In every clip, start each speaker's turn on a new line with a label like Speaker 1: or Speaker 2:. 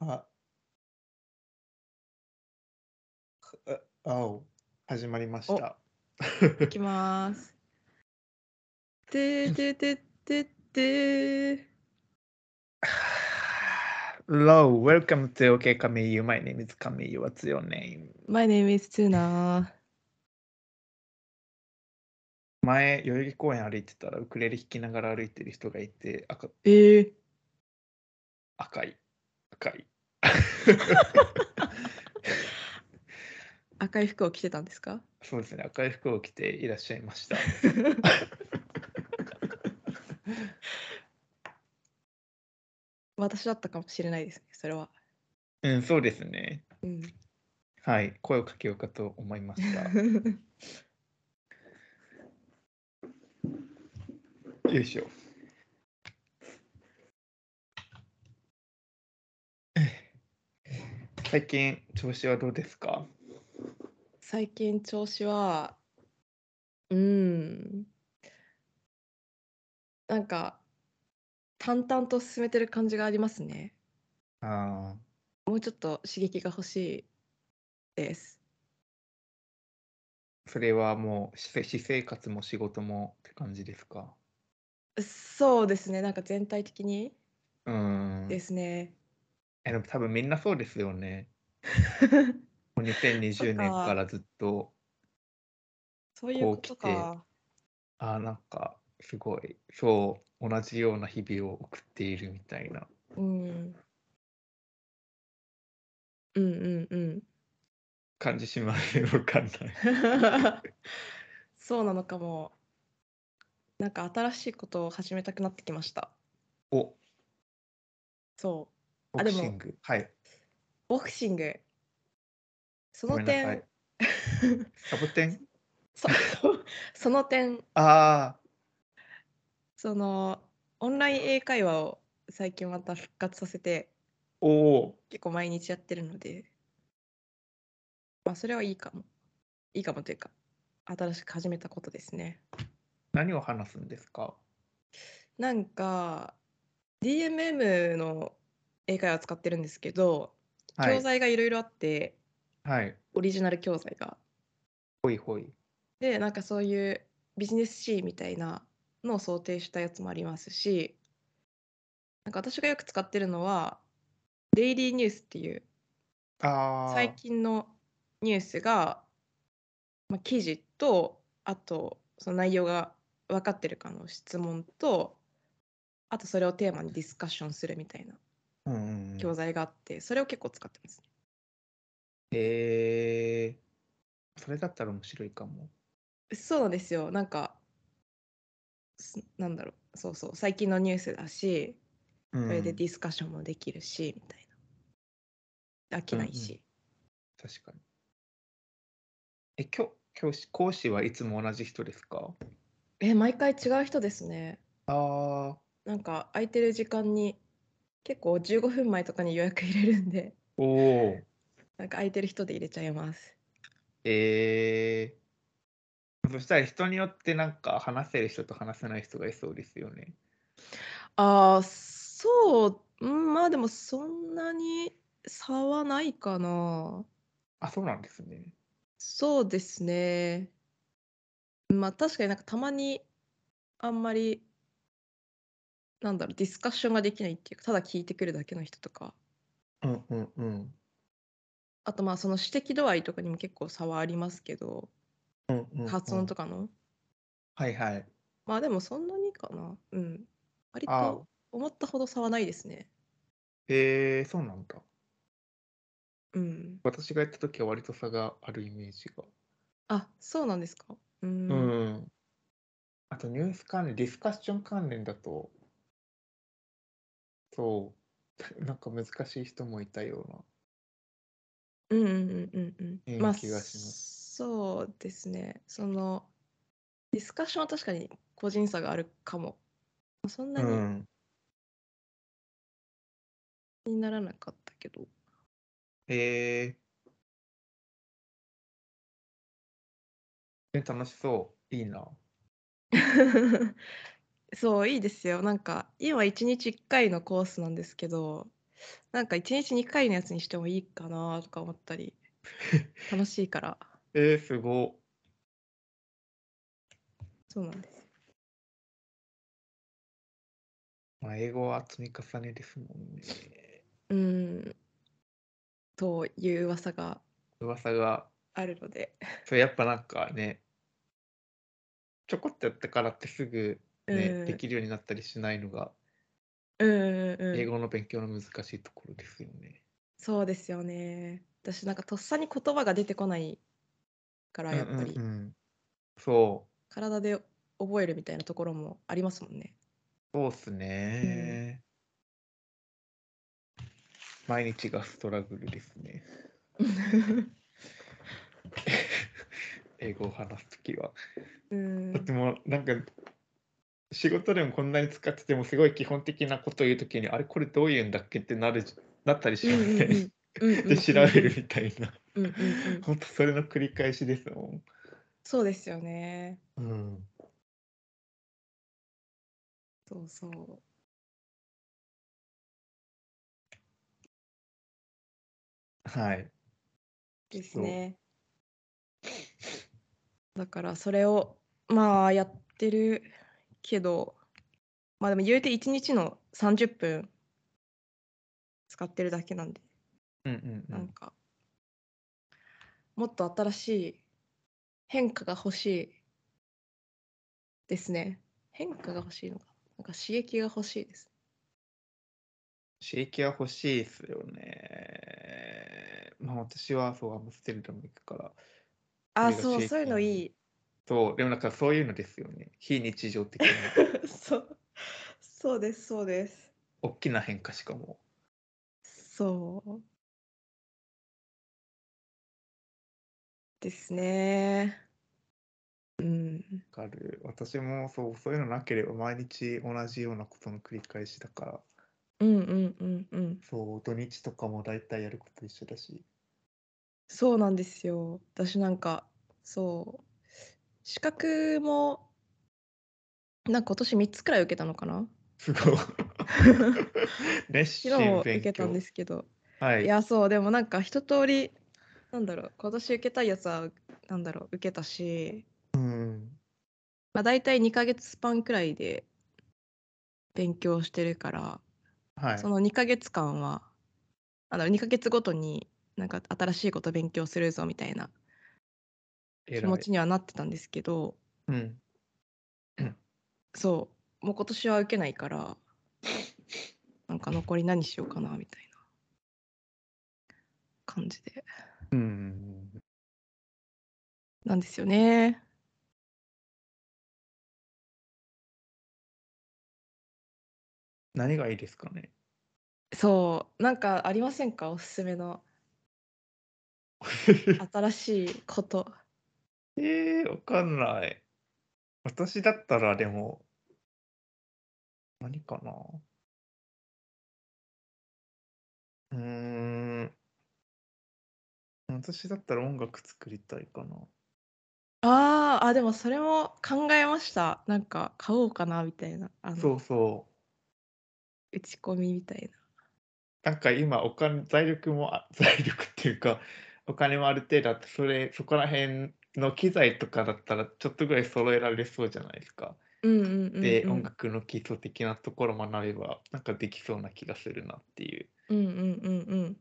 Speaker 1: あ、かあ、青、始まりまし
Speaker 2: お、
Speaker 1: た。
Speaker 2: いきます。てーてーてーてーてー。
Speaker 1: Hello, welcome to OK Kamiyu. My name is Kamiyu. What's your name?
Speaker 2: My name is Tuna.
Speaker 1: 前、代々木公園歩いてたらウクレレ弾きながら歩いてる人がいて、赤、
Speaker 2: えー、
Speaker 1: 赤い、赤い。
Speaker 2: 赤い服を着てたんですか
Speaker 1: そうですね、赤い服を着ていらっしゃいました。
Speaker 2: 私だったかもしれないですね、それは。
Speaker 1: うん、そうですね。
Speaker 2: うん。
Speaker 1: はい、声をかけようかと思いました。よいしょ。最近、調子はどうですか
Speaker 2: 最近調子は、うん、なんか淡々と進めてる感じがありますね。
Speaker 1: ああ、
Speaker 2: もうちょっと刺激が欲しいです。
Speaker 1: それはもう、私私生活も仕事もって感じですか
Speaker 2: そうですね、なんか全体的に
Speaker 1: うー
Speaker 2: で
Speaker 1: ん。
Speaker 2: すね。
Speaker 1: え、でも多分みんなそうですよね。もう
Speaker 2: そ
Speaker 1: 2020
Speaker 2: っ
Speaker 1: 年か
Speaker 2: か、
Speaker 1: らずっと
Speaker 2: そういう
Speaker 1: こう
Speaker 2: こ
Speaker 1: 来
Speaker 2: と
Speaker 1: て、
Speaker 2: か。
Speaker 1: ああ、なんか、すごい、そう、同じような日々を送っているみたいな。
Speaker 2: うん、うんうんうん。
Speaker 1: 感じしますよ、わかんない。
Speaker 2: そうなのかも。なんか新しいことを始めたくなってきました。
Speaker 1: お、
Speaker 2: そう。
Speaker 1: ボク
Speaker 2: あ、で
Speaker 1: シ
Speaker 2: も、
Speaker 1: ング。はい。
Speaker 2: ボクシング、そ
Speaker 1: ご
Speaker 2: の
Speaker 1: めんなさ
Speaker 2: 点、
Speaker 1: い。サボテン
Speaker 2: そ その点、
Speaker 1: あ
Speaker 2: その、オンライン英会話を最近また復活させて、
Speaker 1: あー、おお。
Speaker 2: 結構毎日やってるので、まあ、それはいいかも。いいかもというか、新しく始めたことですね。
Speaker 1: 何を話すんですか
Speaker 2: なんか、DMM の英会話使ってるんですけど、
Speaker 1: は
Speaker 2: 教
Speaker 1: い。
Speaker 2: 材がいろいろあって、
Speaker 1: はい。
Speaker 2: オリジナル教材が。
Speaker 1: ほいほい。
Speaker 2: で、なんかそういうビジネスシーンみたいなのを想定したやつもありますし、なんか私がよく使ってるのは、デイリーニュースっていう最
Speaker 1: ああ、
Speaker 2: 近のニュースが、まあ、記事と、あとその内容が分かってるかの質問と、あとそれをテーマにディスカッションするみたいな
Speaker 1: うんうんう
Speaker 2: 教
Speaker 1: ん。
Speaker 2: 材があって、それを結構使ってますね。
Speaker 1: えー、それだったら面白いかも。
Speaker 2: そうなんですよ。なんか、すなんだろう、そうそう、最近のニュースだし、
Speaker 1: う
Speaker 2: それで
Speaker 1: ん。
Speaker 2: ディスカッションもできるし、みたいな。飽
Speaker 1: う
Speaker 2: き
Speaker 1: んう
Speaker 2: ない
Speaker 1: ん。
Speaker 2: し。
Speaker 1: 確かに。え、教、教師、講師はいつも同じ人ですか
Speaker 2: え、毎回違う人ですね。
Speaker 1: ああ
Speaker 2: なんか空いてる時間に結構15分前とかに予約入れるんで、
Speaker 1: ー、おお。
Speaker 2: なんか空いてる人で入れちゃいます。
Speaker 1: えー、そしたら人によってなんか話せる人と話せない人がいそうですよね。
Speaker 2: ああ、そう、うんまあでもそんなに差はないかな。
Speaker 1: あ、そうなんですね。
Speaker 2: そうですね。まあ確かになんかたまにあんまり、なんだろう、ディスカッションができないっていうか、ただ聞いてくるだけの人とか、
Speaker 1: うんうんうん。
Speaker 2: あとまあその指摘度合いとかにも結構差はありますけど、
Speaker 1: うんうんう
Speaker 2: 発音
Speaker 1: ん。
Speaker 2: とかの。
Speaker 1: はいはい。
Speaker 2: まあでもそんなにかな。うん。割
Speaker 1: あ
Speaker 2: と思ったほど差はないですね。
Speaker 1: えー、そうなんだ。
Speaker 2: うん。
Speaker 1: 私がやった時は割と差があるイメージが。
Speaker 2: あ、そうなんですか。う。
Speaker 1: うんん。あとニュース関連、ディスカッション関連だと、そう、 なんか難しい人もいたような、
Speaker 2: うんうんうんうんうん。
Speaker 1: え
Speaker 2: ま
Speaker 1: ー
Speaker 2: あ、
Speaker 1: 気がします。
Speaker 2: そうですね。その、ディスカッションは確かに個人差があるかも。まあそん
Speaker 1: う
Speaker 2: なに
Speaker 1: ん。
Speaker 2: 気にならなかったけど。
Speaker 1: えー、楽しそう。いいな。
Speaker 2: そう、いいですよ。なんか、今1日1回のコースなんですけど、なんか1日2回のやつにしてもいいかなとか思っ たり楽しいから
Speaker 1: えー、すご。
Speaker 2: そうなんです
Speaker 1: まあ、英語は積み重ねですもんね。
Speaker 2: うんという噂が
Speaker 1: 噂が。
Speaker 2: あるので
Speaker 1: そうやっぱなんかね、ちょこっとやったからってすぐ、ね
Speaker 2: うん
Speaker 1: できるようになったりしないのが、
Speaker 2: うんうんうん
Speaker 1: 英語の勉強の難しいところですよね。
Speaker 2: そうですよね私なんかとっさに言葉が出てこないからやっぱり、
Speaker 1: うんうんうんそ
Speaker 2: 体で覚えるみたいなところもありますもんね
Speaker 1: う、そうっすね。毎日がストラグルですね。英語を話すときは。
Speaker 2: うん
Speaker 1: だってもうなんか仕事でもこんなに使っててもすごい基本的なことを言うときにあれこれどういうんだっけってなるなったりしますね。
Speaker 2: うんうんう ん
Speaker 1: で調べるみたいな。
Speaker 2: うんうんうん
Speaker 1: 本当それの繰り返しですも
Speaker 2: そうですよね
Speaker 1: ん。うん。
Speaker 2: そうそう
Speaker 1: はい。
Speaker 2: ですね。だからそれをまあやってるけどまあでも言うて1日の30分使ってるだけなんで、
Speaker 1: うんうんう
Speaker 2: なん
Speaker 1: ん。
Speaker 2: かもっと新しい変化が欲しいですね変化が欲しいのかなんか刺激が欲しいです
Speaker 1: 刺激は欲しいですよね。まあ私はそうアムステルダム行くから。
Speaker 2: あ
Speaker 1: それが
Speaker 2: そう
Speaker 1: 刺激
Speaker 2: そういうのいい
Speaker 1: そう、でもなんかそういうのですよね。非日常的な
Speaker 2: そうそうですそうです
Speaker 1: 大きな変化しかも。
Speaker 2: そう。ですね。うん。
Speaker 1: わかる。私もそう、そういうのなければ毎日同じようなことの繰り返しだから、
Speaker 2: うんうんうんうん。
Speaker 1: そう、土日とかも大体やること一緒だし。
Speaker 2: そうなんですよ。私なんか、そう。資格も、なんか今年3つくらい受けたのかな
Speaker 1: すごい。 熱
Speaker 2: 昨日
Speaker 1: 心
Speaker 2: 受
Speaker 1: 勉
Speaker 2: けたん
Speaker 1: 強
Speaker 2: で。すけど。
Speaker 1: はい。
Speaker 2: いや、そう、でもなんか一通り、なんだろう、今年受けたいやつは、なんだろう、受けたし、
Speaker 1: うん。
Speaker 2: まあ、大体2ヶ月スパンくらいで勉強してるから、
Speaker 1: はい
Speaker 2: そ。の2ヶ月間はあの2ヶ月ごとになんか新しいこと勉強するぞみたいな
Speaker 1: え
Speaker 2: 気
Speaker 1: ら
Speaker 2: 持
Speaker 1: い。
Speaker 2: ちにはなってたんですけど
Speaker 1: うん。
Speaker 2: そうもう今年は受けないからなんか残り何しようかなみたいな感じで
Speaker 1: うん。
Speaker 2: なんですよね。
Speaker 1: 何がいいですかね。
Speaker 2: そうなんかありませんかおすす めの新しいこと。
Speaker 1: えー、わかんない。私だったらでも、何かな。うーん。私だったら音楽作りたいかな。
Speaker 2: あーあでもそれも考えましたなんか買おうかなみたいなあの
Speaker 1: そうそう。
Speaker 2: 打ち込みみたい
Speaker 1: なんか今お金財力もあ 財力っていうかお金もある程度あってそれそこら辺の機材とかだったらちょっとぐらい揃えられそうじゃないですか。
Speaker 2: な。うんうんうんうん、
Speaker 1: で、音楽の基礎的なところを学べばなんかできそうな気がするなっていう。
Speaker 2: うんうんうんうん。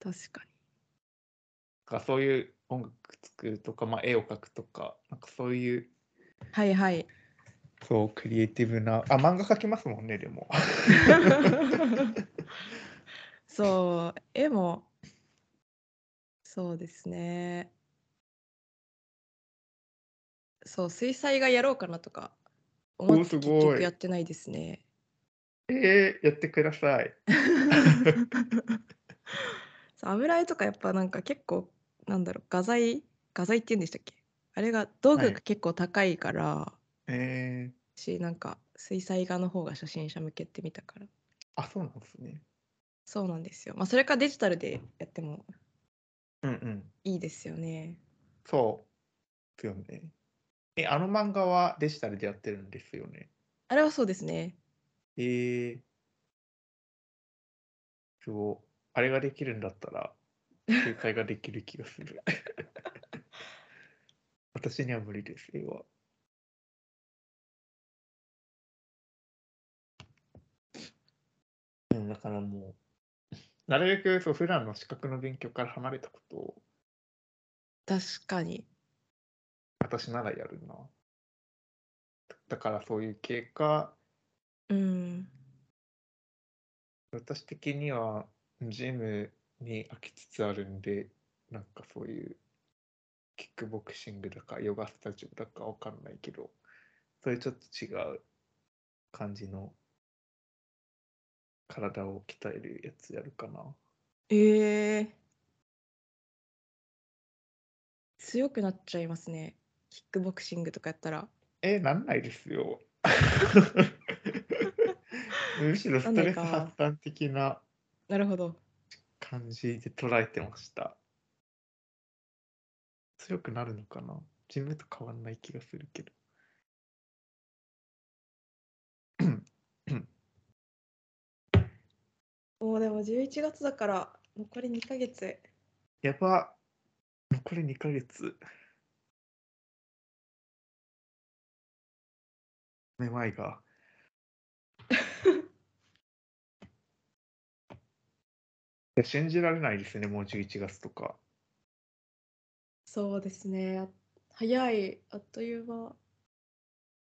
Speaker 2: 確か
Speaker 1: なんかそういう音楽作るとか、まあ、絵を描くとかなんかそういう
Speaker 2: に。はいはい。
Speaker 1: そうクリエイティブなあ漫画描きますもんねでも。
Speaker 2: そう、絵も。そうですね。そう、水彩画やろうかなとか。思って
Speaker 1: す
Speaker 2: 結
Speaker 1: ごい
Speaker 2: 局やってないですね。
Speaker 1: えー、やってください。
Speaker 2: そう油絵とかやっぱなんか結構なんだろう画材画材って言うんでしたっけあれが道具
Speaker 1: はい
Speaker 2: が結構高いから、
Speaker 1: えー、
Speaker 2: しなんか水彩画の方が初心者向けってみたから
Speaker 1: あそうなんですね。
Speaker 2: そうなんですよまあそれかデジタルでやっても
Speaker 1: うんうん。
Speaker 2: いいですよね
Speaker 1: そう。ですよね。え、あの漫画はデジタルでやってるんですよね。
Speaker 2: あれはそうですね
Speaker 1: ええすごい。あれができるんだったら、仲介ができる気がする。 私には無理です、絵は。うん、だからもう、なるべくそう普段の資格の勉強から離れたことを、
Speaker 2: 確かに。
Speaker 1: 私ならやるな。だからそういう経過、
Speaker 2: うん。
Speaker 1: 私的にはジムに飽きつつあるんでなんかそういうキックボクシングだかヨガスタジオだかわかんないけどそういうちょっと違う感じの体を鍛えるやつやるかな
Speaker 2: ええ強くなっちゃいますね。キックボクシングとかやったら。
Speaker 1: えなんないですよむしろストレス発散的な
Speaker 2: なるほど。
Speaker 1: 感じで捉えてました強くなるのかなジムと変わんない気がするけど
Speaker 2: もうでも11月だから残り2ヶ月。
Speaker 1: やば残り2ヶ月めまいがいや信じられないですねもう11月とか
Speaker 2: そうですね。早い、あっという間。う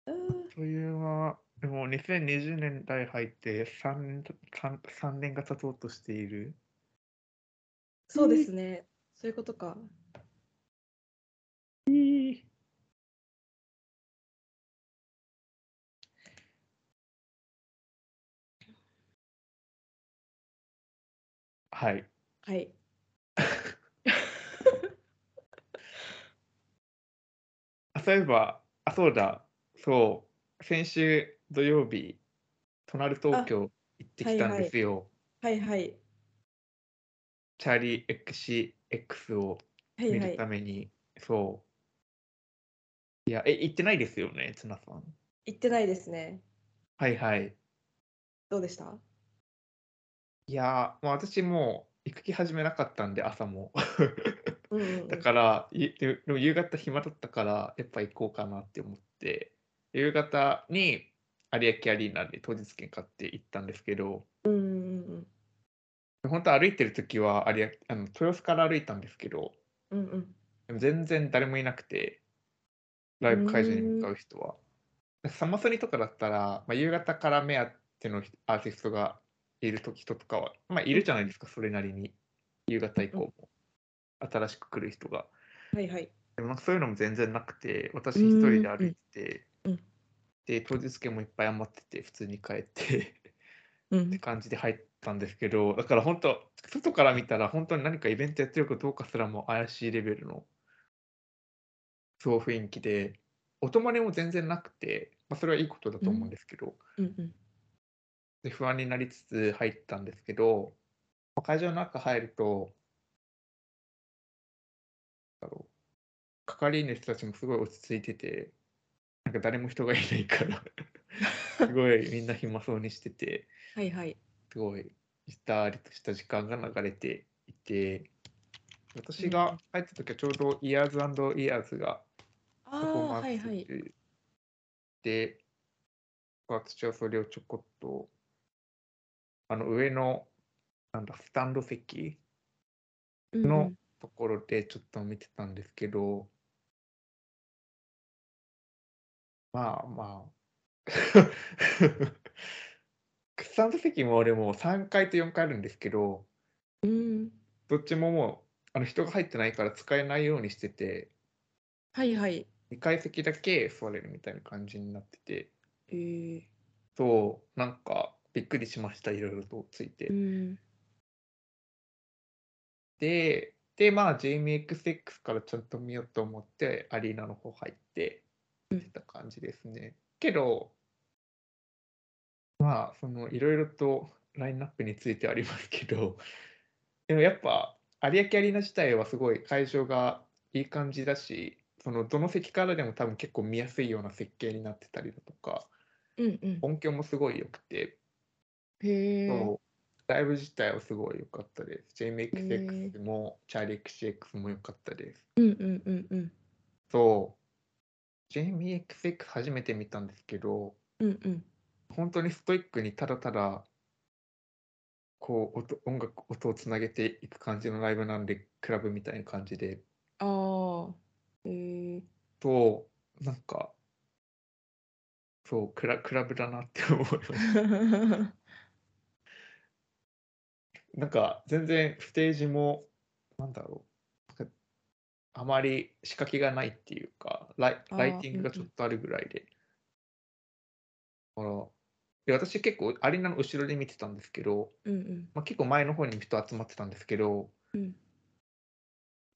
Speaker 2: ーん
Speaker 1: というはでも2020年代入って3 3, 3年が経とうとしている
Speaker 2: そうですね。そういうことか。
Speaker 1: はい
Speaker 2: はい。
Speaker 1: あそういえば、あ、そうだ、そう、先週土曜日、隣東京行ってきたんですよ。
Speaker 2: はいはい。
Speaker 1: チャーリー XCX を
Speaker 2: はい
Speaker 1: 見
Speaker 2: は
Speaker 1: る
Speaker 2: い
Speaker 1: た。めに、そう。いや、え、行ってないですよね、ツナさん。
Speaker 2: 行ってないですね。
Speaker 1: はいはい。
Speaker 2: どうでした
Speaker 1: いやー、もう私もう行く気始めなかったんで、朝も。
Speaker 2: うんうんうん
Speaker 1: だから、いででも夕方暇だったから、やっぱ行こうかなって思って、夕方に有明アリーナで当日券買って行ったんですけど、
Speaker 2: うんうん
Speaker 1: 本当歩いてる時は有明あの豊洲から歩いたんですけど
Speaker 2: うん。うんうん。
Speaker 1: でも全然誰もいなくてライブ会場に向かう人はサマソニとかだったら、まあ、夕方から目当てのアーティストがいる時人とかは、まあ、いるじゃないですかそれなりに夕方以降も新しく来る人が
Speaker 2: はいはい。
Speaker 1: でもなんかそういうのも全然なくて私一人で歩いて
Speaker 2: うんうん
Speaker 1: てで当日券もいっぱい余ってて普通に帰って
Speaker 2: う
Speaker 1: って
Speaker 2: ん。
Speaker 1: 感じで入ったんですけど、だから本当、外から見たら本当に何かイベントやってるかどうかすらも怪しいレベルの、そう雰囲気で、音真似も全然なくて、まあ、それはいいことだと思うんですけど、
Speaker 2: うんうん。
Speaker 1: で不安になりつつ入ったんですけど、まあ会場の中入ると、なんだろう係員の人たちもすごい落ち着いてて、なんか誰も人がいないから、 すごいみんな暇そうにしてて、
Speaker 2: はいはい。
Speaker 1: すごいゆったりとした時間が流れていて私が入った時はちょうどイヤーズイヤーズが
Speaker 2: あ
Speaker 1: パフォー
Speaker 2: あ
Speaker 1: マ
Speaker 2: ー、はい
Speaker 1: ンス
Speaker 2: はい。
Speaker 1: 中で私はそれをちょこっとあの上のなんだスタンド席
Speaker 2: うんう
Speaker 1: の
Speaker 2: ん
Speaker 1: ところでちょっと見てたんですけど、まあまあ スタンド席も俺も3階と4階あるんですけど
Speaker 2: うん。
Speaker 1: どっちももうあの人が入ってないから使えないようにしてて
Speaker 2: はいはい。
Speaker 1: 2階席だけ座れるみたいな感じになってて
Speaker 2: えー
Speaker 1: そうなんかびっくりしましたいろいろとついて。
Speaker 2: うん。
Speaker 1: で、で、まあ、JMXX からちゃんと見ようと思って、アリーナの方入って、
Speaker 2: うん
Speaker 1: ってた感じですね。けど、まあ、その、いろいろとラインナップについてはありますけど、でもやっぱ、有明アリーナ自体はすごい会場がいい感じだし、その、どの席からでも多分結構見やすいような設計になってたりだとか、
Speaker 2: うんうん。
Speaker 1: 音響もすごい良くて、
Speaker 2: へえ。
Speaker 1: そうライブ自体はすごい良かったです。
Speaker 2: へ
Speaker 1: JMXX も、チャーリー XCX も良かったです。
Speaker 2: うんうんうんうん。
Speaker 1: そう、JMXX 初めて見たんですけど、
Speaker 2: うんうん。
Speaker 1: 本当にストイックにただただ、こう音音楽、音をつなげていく感じのライブなんで、クラブみたいな感じで、
Speaker 2: ああ。 へえ。
Speaker 1: と、なんか、そう、クラクラブだなって思いました。なんか全然ステージもなんだろうなんかあまり仕掛けがないっていうかライ
Speaker 2: あー
Speaker 1: ライティングが
Speaker 2: うん
Speaker 1: ち
Speaker 2: うん
Speaker 1: ょっとあるぐらいで、だからで私結構アリーナの後ろで見てたんですけど、
Speaker 2: うんうん。
Speaker 1: まあ、結構前の方に人集まってたんですけど
Speaker 2: うん。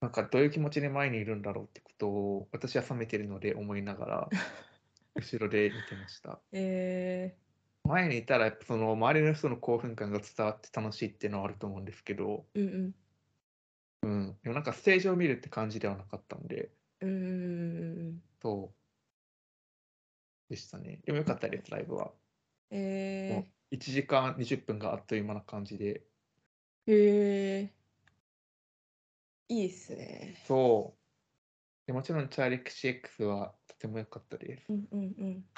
Speaker 1: なんかどういう気持ちで前にいるんだろうってことを私は冷めてるので思いなが ら後ろで見てました
Speaker 2: え
Speaker 1: 前にいたらやっぱその周りの人の興奮感が伝わって楽しいっていうのはあると思うんですけど、
Speaker 2: え。うんうん。
Speaker 1: うん、でもなんかステージを見るって感じではなかったんで、
Speaker 2: うんうんうんうん。
Speaker 1: そうでしたね。でもよかったです、ライブは。
Speaker 2: え
Speaker 1: 1時間20分があっという間な感じで、
Speaker 2: え。へえ。いいっすね。
Speaker 1: そう。でもちろん、チャーリック CX はとても良かったです。
Speaker 2: うんうんうん。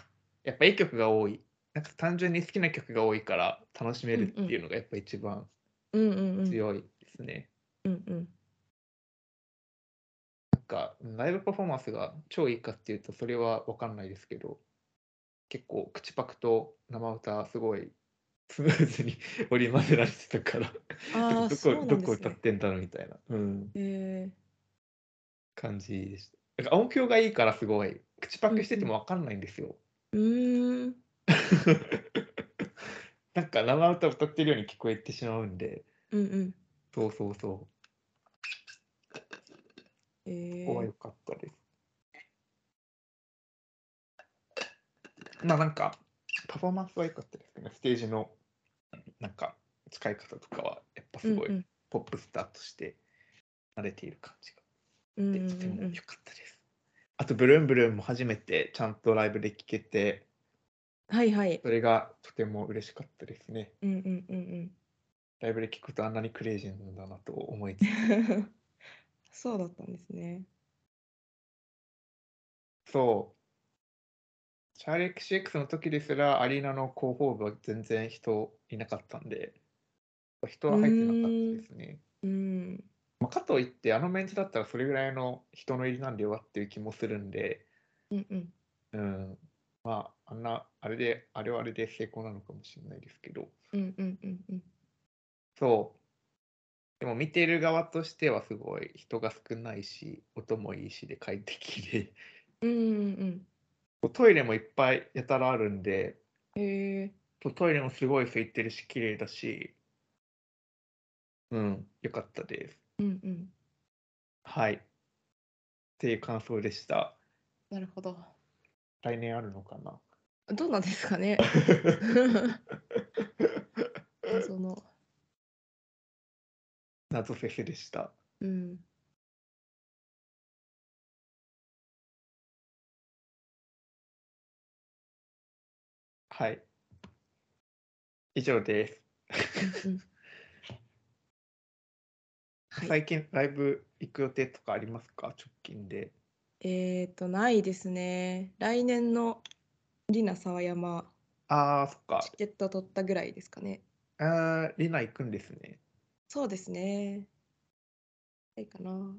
Speaker 1: やっぱいい曲が多い。なんか単純に好きな曲が多いから楽しめるっていうのがやっぱ一番
Speaker 2: うんうんうん。
Speaker 1: 強いですね。
Speaker 2: うん うん。
Speaker 1: なんかライブパフォーマンスが超いいかっていうとそれは分かんないですけど結構口パクと生歌すごいスムーズに織り交ぜられてたから
Speaker 2: あ あ、
Speaker 1: ど
Speaker 2: そう
Speaker 1: こ
Speaker 2: な
Speaker 1: ど
Speaker 2: んで
Speaker 1: こ
Speaker 2: す
Speaker 1: 歌っ
Speaker 2: ね。
Speaker 1: てんだろうみたいな、うん、
Speaker 2: え
Speaker 1: 感じでした。だから音響がいいからすごい口パクしてても分かんないんです よ。
Speaker 2: え。うーん。
Speaker 1: なんか生歌歌ってるように聞こえてしまうんで
Speaker 2: うんうん。
Speaker 1: そうそうそう
Speaker 2: ええ。
Speaker 1: ここは良かったです。まあなんか、パフォーマンスは良かったですけどね、ステージのなんか使い方とかは、やっぱすご
Speaker 2: うんう
Speaker 1: い
Speaker 2: ん
Speaker 1: ポップスターとして慣れている感じが
Speaker 2: うん
Speaker 1: で、
Speaker 2: うん
Speaker 1: とても
Speaker 2: う
Speaker 1: 良
Speaker 2: ん
Speaker 1: かったです。あと、ブルーンブルーンも初めてちゃんとライブで聴けて、
Speaker 2: はいはい
Speaker 1: そ。れがとても嬉しかったですね。
Speaker 2: うんうんうん
Speaker 1: ライブで聴くとあんなにクレイジーなんだなと思いつつ
Speaker 2: うん。 そうだったんですね。
Speaker 1: そう。チャーリー XCX の時ですら、アリーナの広報部は全然人いなかったんで、人は入ってなかったですね。
Speaker 2: うん。
Speaker 1: まあ、かといって、あのメンツだったらそれぐらいの人の入りなんではっていう気もするんで、
Speaker 2: うんうん。
Speaker 1: うん。まあ、あんな、あれで、あれはあれで成功なのかもしれないですけど、
Speaker 2: うんうんうんうん。
Speaker 1: そう。でも見てる側としてはすごい人が少ないし、音もいいしで快適で、
Speaker 2: うんうん
Speaker 1: トイレもいっぱいやたらあるんで、
Speaker 2: うん。へえ。
Speaker 1: そうトイレもすごい空いてるし、綺麗だし、うん、よかったです。
Speaker 2: うんうん。
Speaker 1: はい。っていう感想でした。
Speaker 2: なるほど。
Speaker 1: 来年あるのかな
Speaker 2: どうなんですか ね。その。
Speaker 1: 謎フェスでした。
Speaker 2: うん。
Speaker 1: はい。以上です。
Speaker 2: うんはい
Speaker 1: 最近ライブ行く予定とかありますか直近で。
Speaker 2: えっと、ないですね。来年の。リナ沢山。
Speaker 1: ああ、そっか
Speaker 2: チ。ケット取ったぐらいですかね。
Speaker 1: あーリナ行くんですね。
Speaker 2: そうですね。はいかな。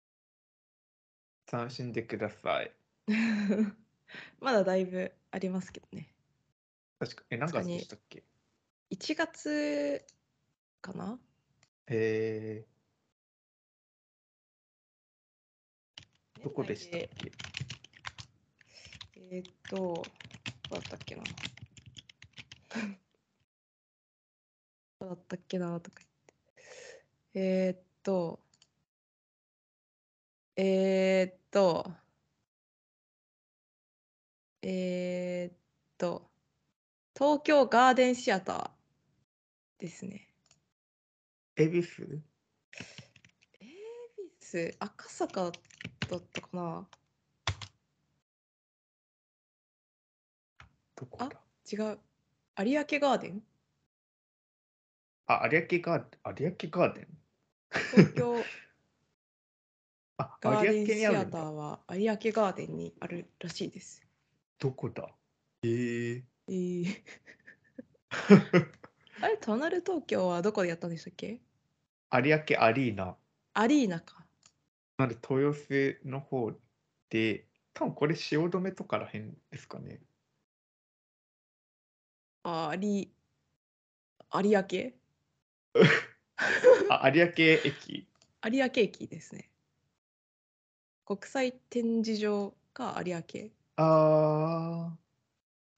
Speaker 1: 楽しんでください。
Speaker 2: まだだいぶありますけどね。
Speaker 1: 確か、え、何月でしたっけ
Speaker 2: 1月かな
Speaker 1: えー、どこでしたっけ
Speaker 2: えーっと、どうだったっけな。 どうだったっけなとか言って。えーっと、えーっと、えーっと、東京ガーデンシアターですね。
Speaker 1: 恵比寿
Speaker 2: 恵比寿赤坂だったかな
Speaker 1: どこだ
Speaker 2: 違う有明ガーデン
Speaker 1: あ、有明ガーデン、有明ガーデン
Speaker 2: 東京
Speaker 1: あ、
Speaker 2: ガーデ
Speaker 1: 有
Speaker 2: ン
Speaker 1: 明
Speaker 2: シ
Speaker 1: にある
Speaker 2: ア
Speaker 1: ん
Speaker 2: ター
Speaker 1: だ。
Speaker 2: は有明ガーデンにあるらしいです。
Speaker 1: どこだえー、
Speaker 2: え ーあれ、隣東京はどこでやったんでしたっけ
Speaker 1: 有明アリーナ。
Speaker 2: アリーナか。
Speaker 1: なんで豊洲の方で、多分これ汐留とからへんですかね。
Speaker 2: あり、有明有
Speaker 1: あ、有明駅。
Speaker 2: 明駅ですね。国際展示場か有明。
Speaker 1: あ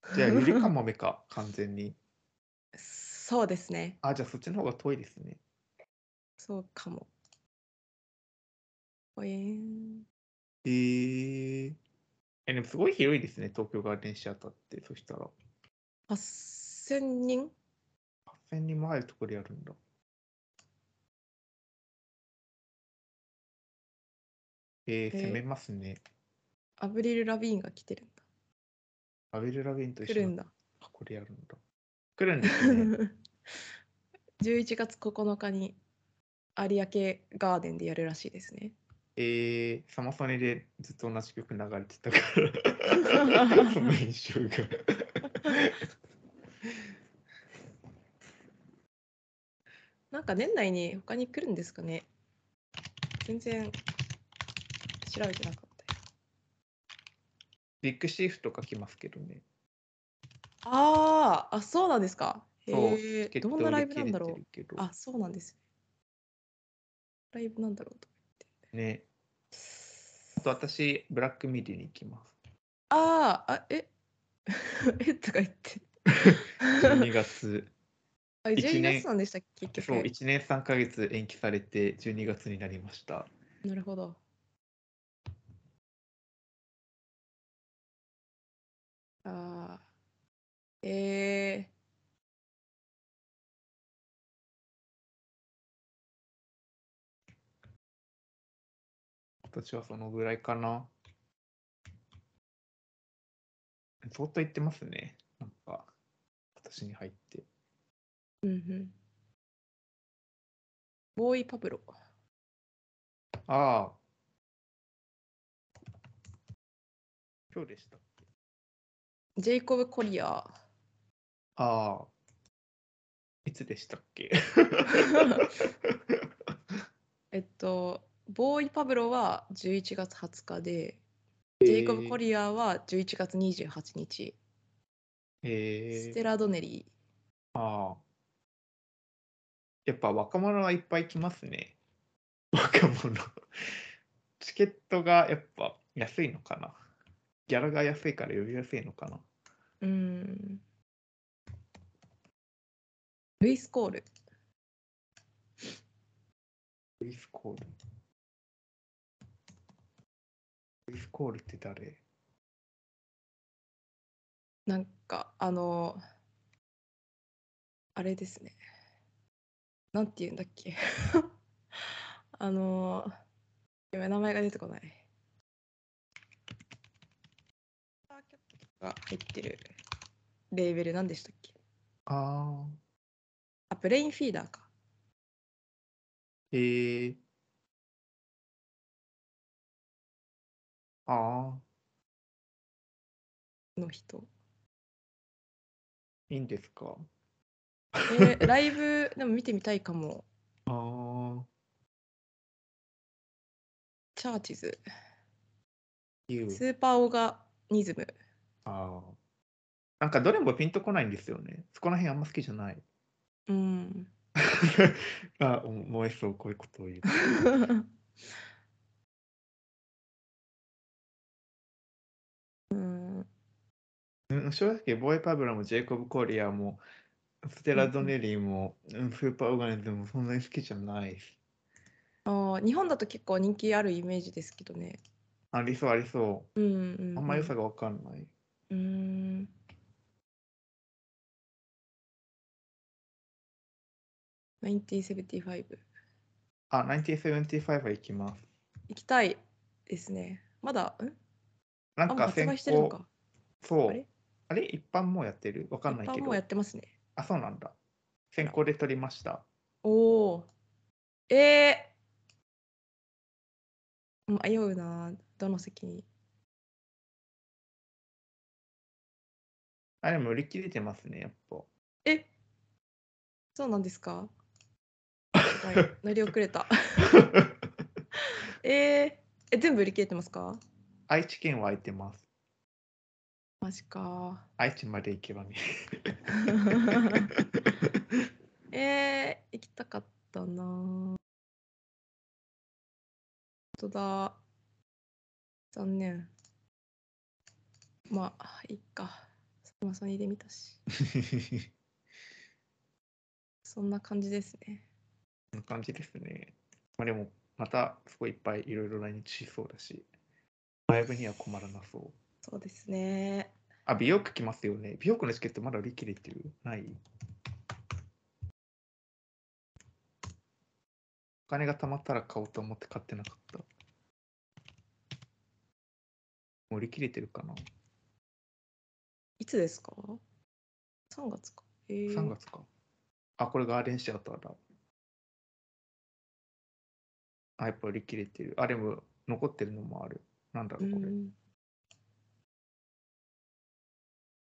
Speaker 1: ー。 じゃあ、ゆりかもめか、完全に。
Speaker 2: そうですね。
Speaker 1: あ、じゃあそっちの方が遠いですね。
Speaker 2: そうかも。ほえーん
Speaker 1: えー。え、でもすごい広いですね、東京ガーデンシアターって。そしたら、
Speaker 2: 8000人
Speaker 1: 8000人も入るところでやるんだ。えー、
Speaker 2: え
Speaker 1: 攻めますね。
Speaker 2: アブリル・ラビーンが来てるんだ。
Speaker 1: アベル・ラビンと一
Speaker 2: 来
Speaker 1: 緒
Speaker 2: る
Speaker 1: に
Speaker 2: んだ。
Speaker 1: あこれやるん だ。来るんですね。
Speaker 2: 11月9日に有明ガーデンでやるらしいですね。
Speaker 1: えー、サマソニでずっと同じ曲流れてた から、その印象が。
Speaker 2: なんか年内に他に来るんですかね全然調べてなかったよ。
Speaker 1: ビッグシーフとか来ますけどね。
Speaker 2: あーあ、そうなんですか。
Speaker 1: そう
Speaker 2: へ
Speaker 1: チケ
Speaker 2: え、
Speaker 1: ット
Speaker 2: どんなライ
Speaker 1: 売
Speaker 2: ブ
Speaker 1: り切れ
Speaker 2: なんだ
Speaker 1: て
Speaker 2: ろう
Speaker 1: る。けど
Speaker 2: あ、そうなんですね。ライブなんだろうと。
Speaker 1: ね。あと私、ブラックミディに行きます。
Speaker 2: あーあ、え えとか言って。
Speaker 1: 12月。
Speaker 2: あ
Speaker 1: 一
Speaker 2: 12
Speaker 1: 年
Speaker 2: 月なんでしたっけ結
Speaker 1: そう、
Speaker 2: 局。
Speaker 1: 1年3ヶ月延期されて12月になりました。
Speaker 2: なるほど。ああ。え
Speaker 1: 私はそのぐらいかな。相当行ってますね。なんか、私に入って。
Speaker 2: ー、うんうん。ボーイ・パブロ。
Speaker 1: ああ。今日でした。
Speaker 2: ジェイコブ・コリア
Speaker 1: ああ。いつでしたっけ
Speaker 2: ー。えっと、ボーイ・パブロは11月20日で、ジェイコブ・コリアは11月28日、
Speaker 1: え
Speaker 2: ス
Speaker 1: ー、
Speaker 2: テラ・ドネリー。
Speaker 1: ああ。やっぱ若者はいっぱい来ますね。 若者。チケットがやっぱ安いのかな。ギャラが安いから呼びやすいのかな。
Speaker 2: うん。ルイス・コール。
Speaker 1: ルイス・コール。ルイス・コールって誰
Speaker 2: なんかあのあれですねなんて言うんだっけ あのやばい名前が出てこないが入ってるレーベル何でしたっけ
Speaker 1: ああ。
Speaker 2: あブレインフィーダーか
Speaker 1: えー。ああ、
Speaker 2: の人
Speaker 1: いいんですか。
Speaker 2: えーライブでも見てみたいかも
Speaker 1: ああ、
Speaker 2: チャーチズ
Speaker 1: いう。
Speaker 2: スーパーオガニズム
Speaker 1: ああ。なんかどれもピンとこないんですよね。そこら辺あんま好きじゃない。
Speaker 2: うん
Speaker 1: あ、思いそう、こういうことを言うと。
Speaker 2: うん
Speaker 1: うん正直、ボーイ・パブロもジェイコブ・コリアも、ステラ・ドネリーも、うんスーパー・オーガニズムもそんなに好きじゃないです。
Speaker 2: あー日本だと結構人気あるイメージですけどね。
Speaker 1: ありそう、ありそ
Speaker 2: うんうん、う
Speaker 1: う。
Speaker 2: ん。
Speaker 1: あんま良さがわかんない。
Speaker 2: うーん。1975
Speaker 1: あ、1975は行きます。
Speaker 2: 行きたいですね。まだ、ん
Speaker 1: な
Speaker 2: あ、
Speaker 1: ん
Speaker 2: もう
Speaker 1: か
Speaker 2: 発
Speaker 1: 先
Speaker 2: 売してるの
Speaker 1: 行
Speaker 2: か。、
Speaker 1: そ
Speaker 2: あ
Speaker 1: う
Speaker 2: れ。
Speaker 1: あれ一般もうやってるわかんない
Speaker 2: 一
Speaker 1: け
Speaker 2: 般
Speaker 1: ど
Speaker 2: もうや。ってますね。
Speaker 1: あ、そうなんだ。先行で取りました。
Speaker 2: おお。えー、迷うな。どの席に。
Speaker 1: あ、でも売り切れてますね、やっ ぱ。
Speaker 2: えそうなんですか はい乗り遅れた。えー、え、全部売り切れてますか
Speaker 1: 愛知県は空いてます。
Speaker 2: マジか。
Speaker 1: 愛知まで行けばね。
Speaker 2: えー、行きたかったな。本当だ。残念。まあ、いいか。サマソニで見たし。そんな感じですね。
Speaker 1: こんな感じですね。まあ、でも、またすごいいっぱいいろいろ来日しそうだし、ライブには困らなそう。
Speaker 2: そうですね。
Speaker 1: あ、美容区来ますよね。美容区のチケットまだ売り切れてるないお金が貯まったら買おうと思って買ってなかった。もう売り切れてるかない
Speaker 2: つですか ?3 月か。えー
Speaker 1: ?3 月か。あ、これガーデンシアターだ。あ、やっぱ売り切れてる。あ、でも残ってるのもある。なんだろう、これ。
Speaker 2: うん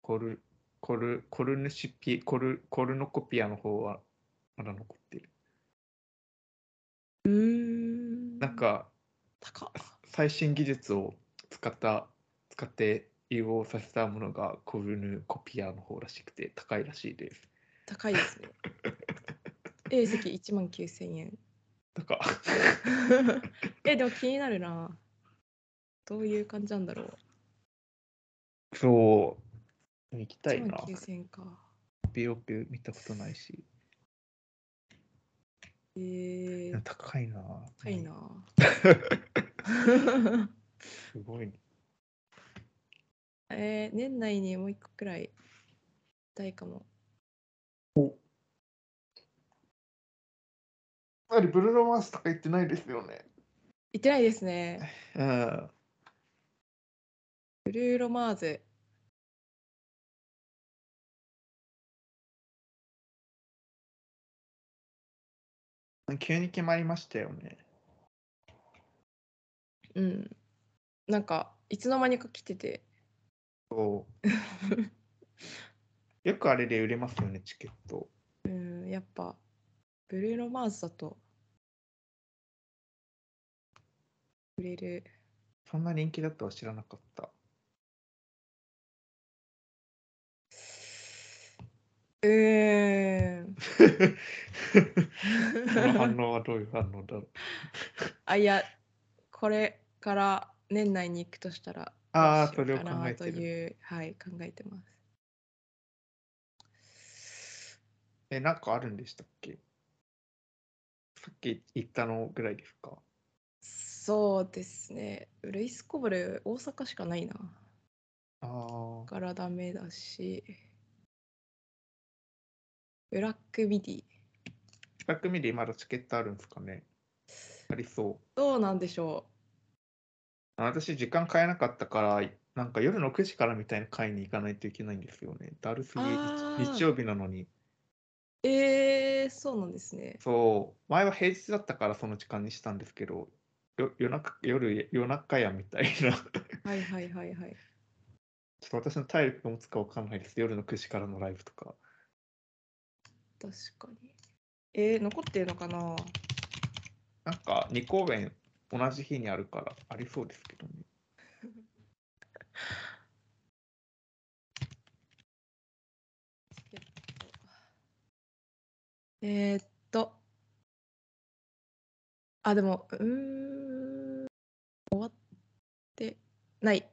Speaker 1: コル、コル、コルヌシピ、コル、コルノコピアの方はまだ残ってる。
Speaker 2: うーん。
Speaker 1: なんか、
Speaker 2: 高っ。
Speaker 1: 最新技術を使った使って融合させたものがコルヌコピアの方らしくて高いらしいです。
Speaker 2: 高いで すね。A 席1万9000円。
Speaker 1: なん か
Speaker 2: え、でも気になるな。どういう感じなんだろう。
Speaker 1: そう行きたい
Speaker 2: 1
Speaker 1: な
Speaker 2: 万。9000円か。
Speaker 1: ビヨピュ見たことないし
Speaker 2: えー、
Speaker 1: 高いな。
Speaker 2: 高いな。
Speaker 1: すごい、ね。
Speaker 2: えー、年内にもう一個くらい行きたいかも。
Speaker 1: やっぱりブルーロマンスとか行ってないですよね。
Speaker 2: 行ってないですね。
Speaker 1: うん。
Speaker 2: ブルーロマーズ。
Speaker 1: 急に決まりましたよね。
Speaker 2: うん。なんか、いつの間にか来てて。
Speaker 1: よくあれで売れますよねチケット。
Speaker 2: うん、やっぱ、ブルーロマーズだと、売れる。
Speaker 1: そんな人気だとは知らなか った。
Speaker 2: うーん。
Speaker 1: その反応はどういう反応だろう。
Speaker 2: あ、いや、これから年内に行くとしたら、
Speaker 1: ああ、
Speaker 2: ど
Speaker 1: そうれ
Speaker 2: しよ
Speaker 1: を
Speaker 2: う
Speaker 1: 考
Speaker 2: かな
Speaker 1: え
Speaker 2: と
Speaker 1: てる。
Speaker 2: いう、はい、考えてます。
Speaker 1: え、なんかあるんでしたっけさっき言ったのぐらいですか
Speaker 2: そうですね。ルイスコブレ、大阪しかないな。
Speaker 1: ああ
Speaker 2: だ、からダメだし。ブラックビディ。
Speaker 1: 100ミリまだチケットあるんですかねありそう。
Speaker 2: どうなんでしょ
Speaker 1: あ私、時間変えなかったから、なんか夜の9時からみたいな会に行かないといけないんですよね。だるすぎ、
Speaker 2: あー
Speaker 1: 日日曜日なのに。
Speaker 2: う。えー、そうなんですね。
Speaker 1: そう、前は平日だったからその時間にしたんですけど、よ夜中夜夜中やみたいな。
Speaker 2: はいはいはいはい。
Speaker 1: ちょっと私の体力が持つかわかんないです。夜の9時からのライブとか。
Speaker 2: 確かに。えー、残ってるのかな
Speaker 1: なんか2公演同じ日にあるからありそうですけどね。
Speaker 2: えー、っと。あ、でも、うーん。終わってない。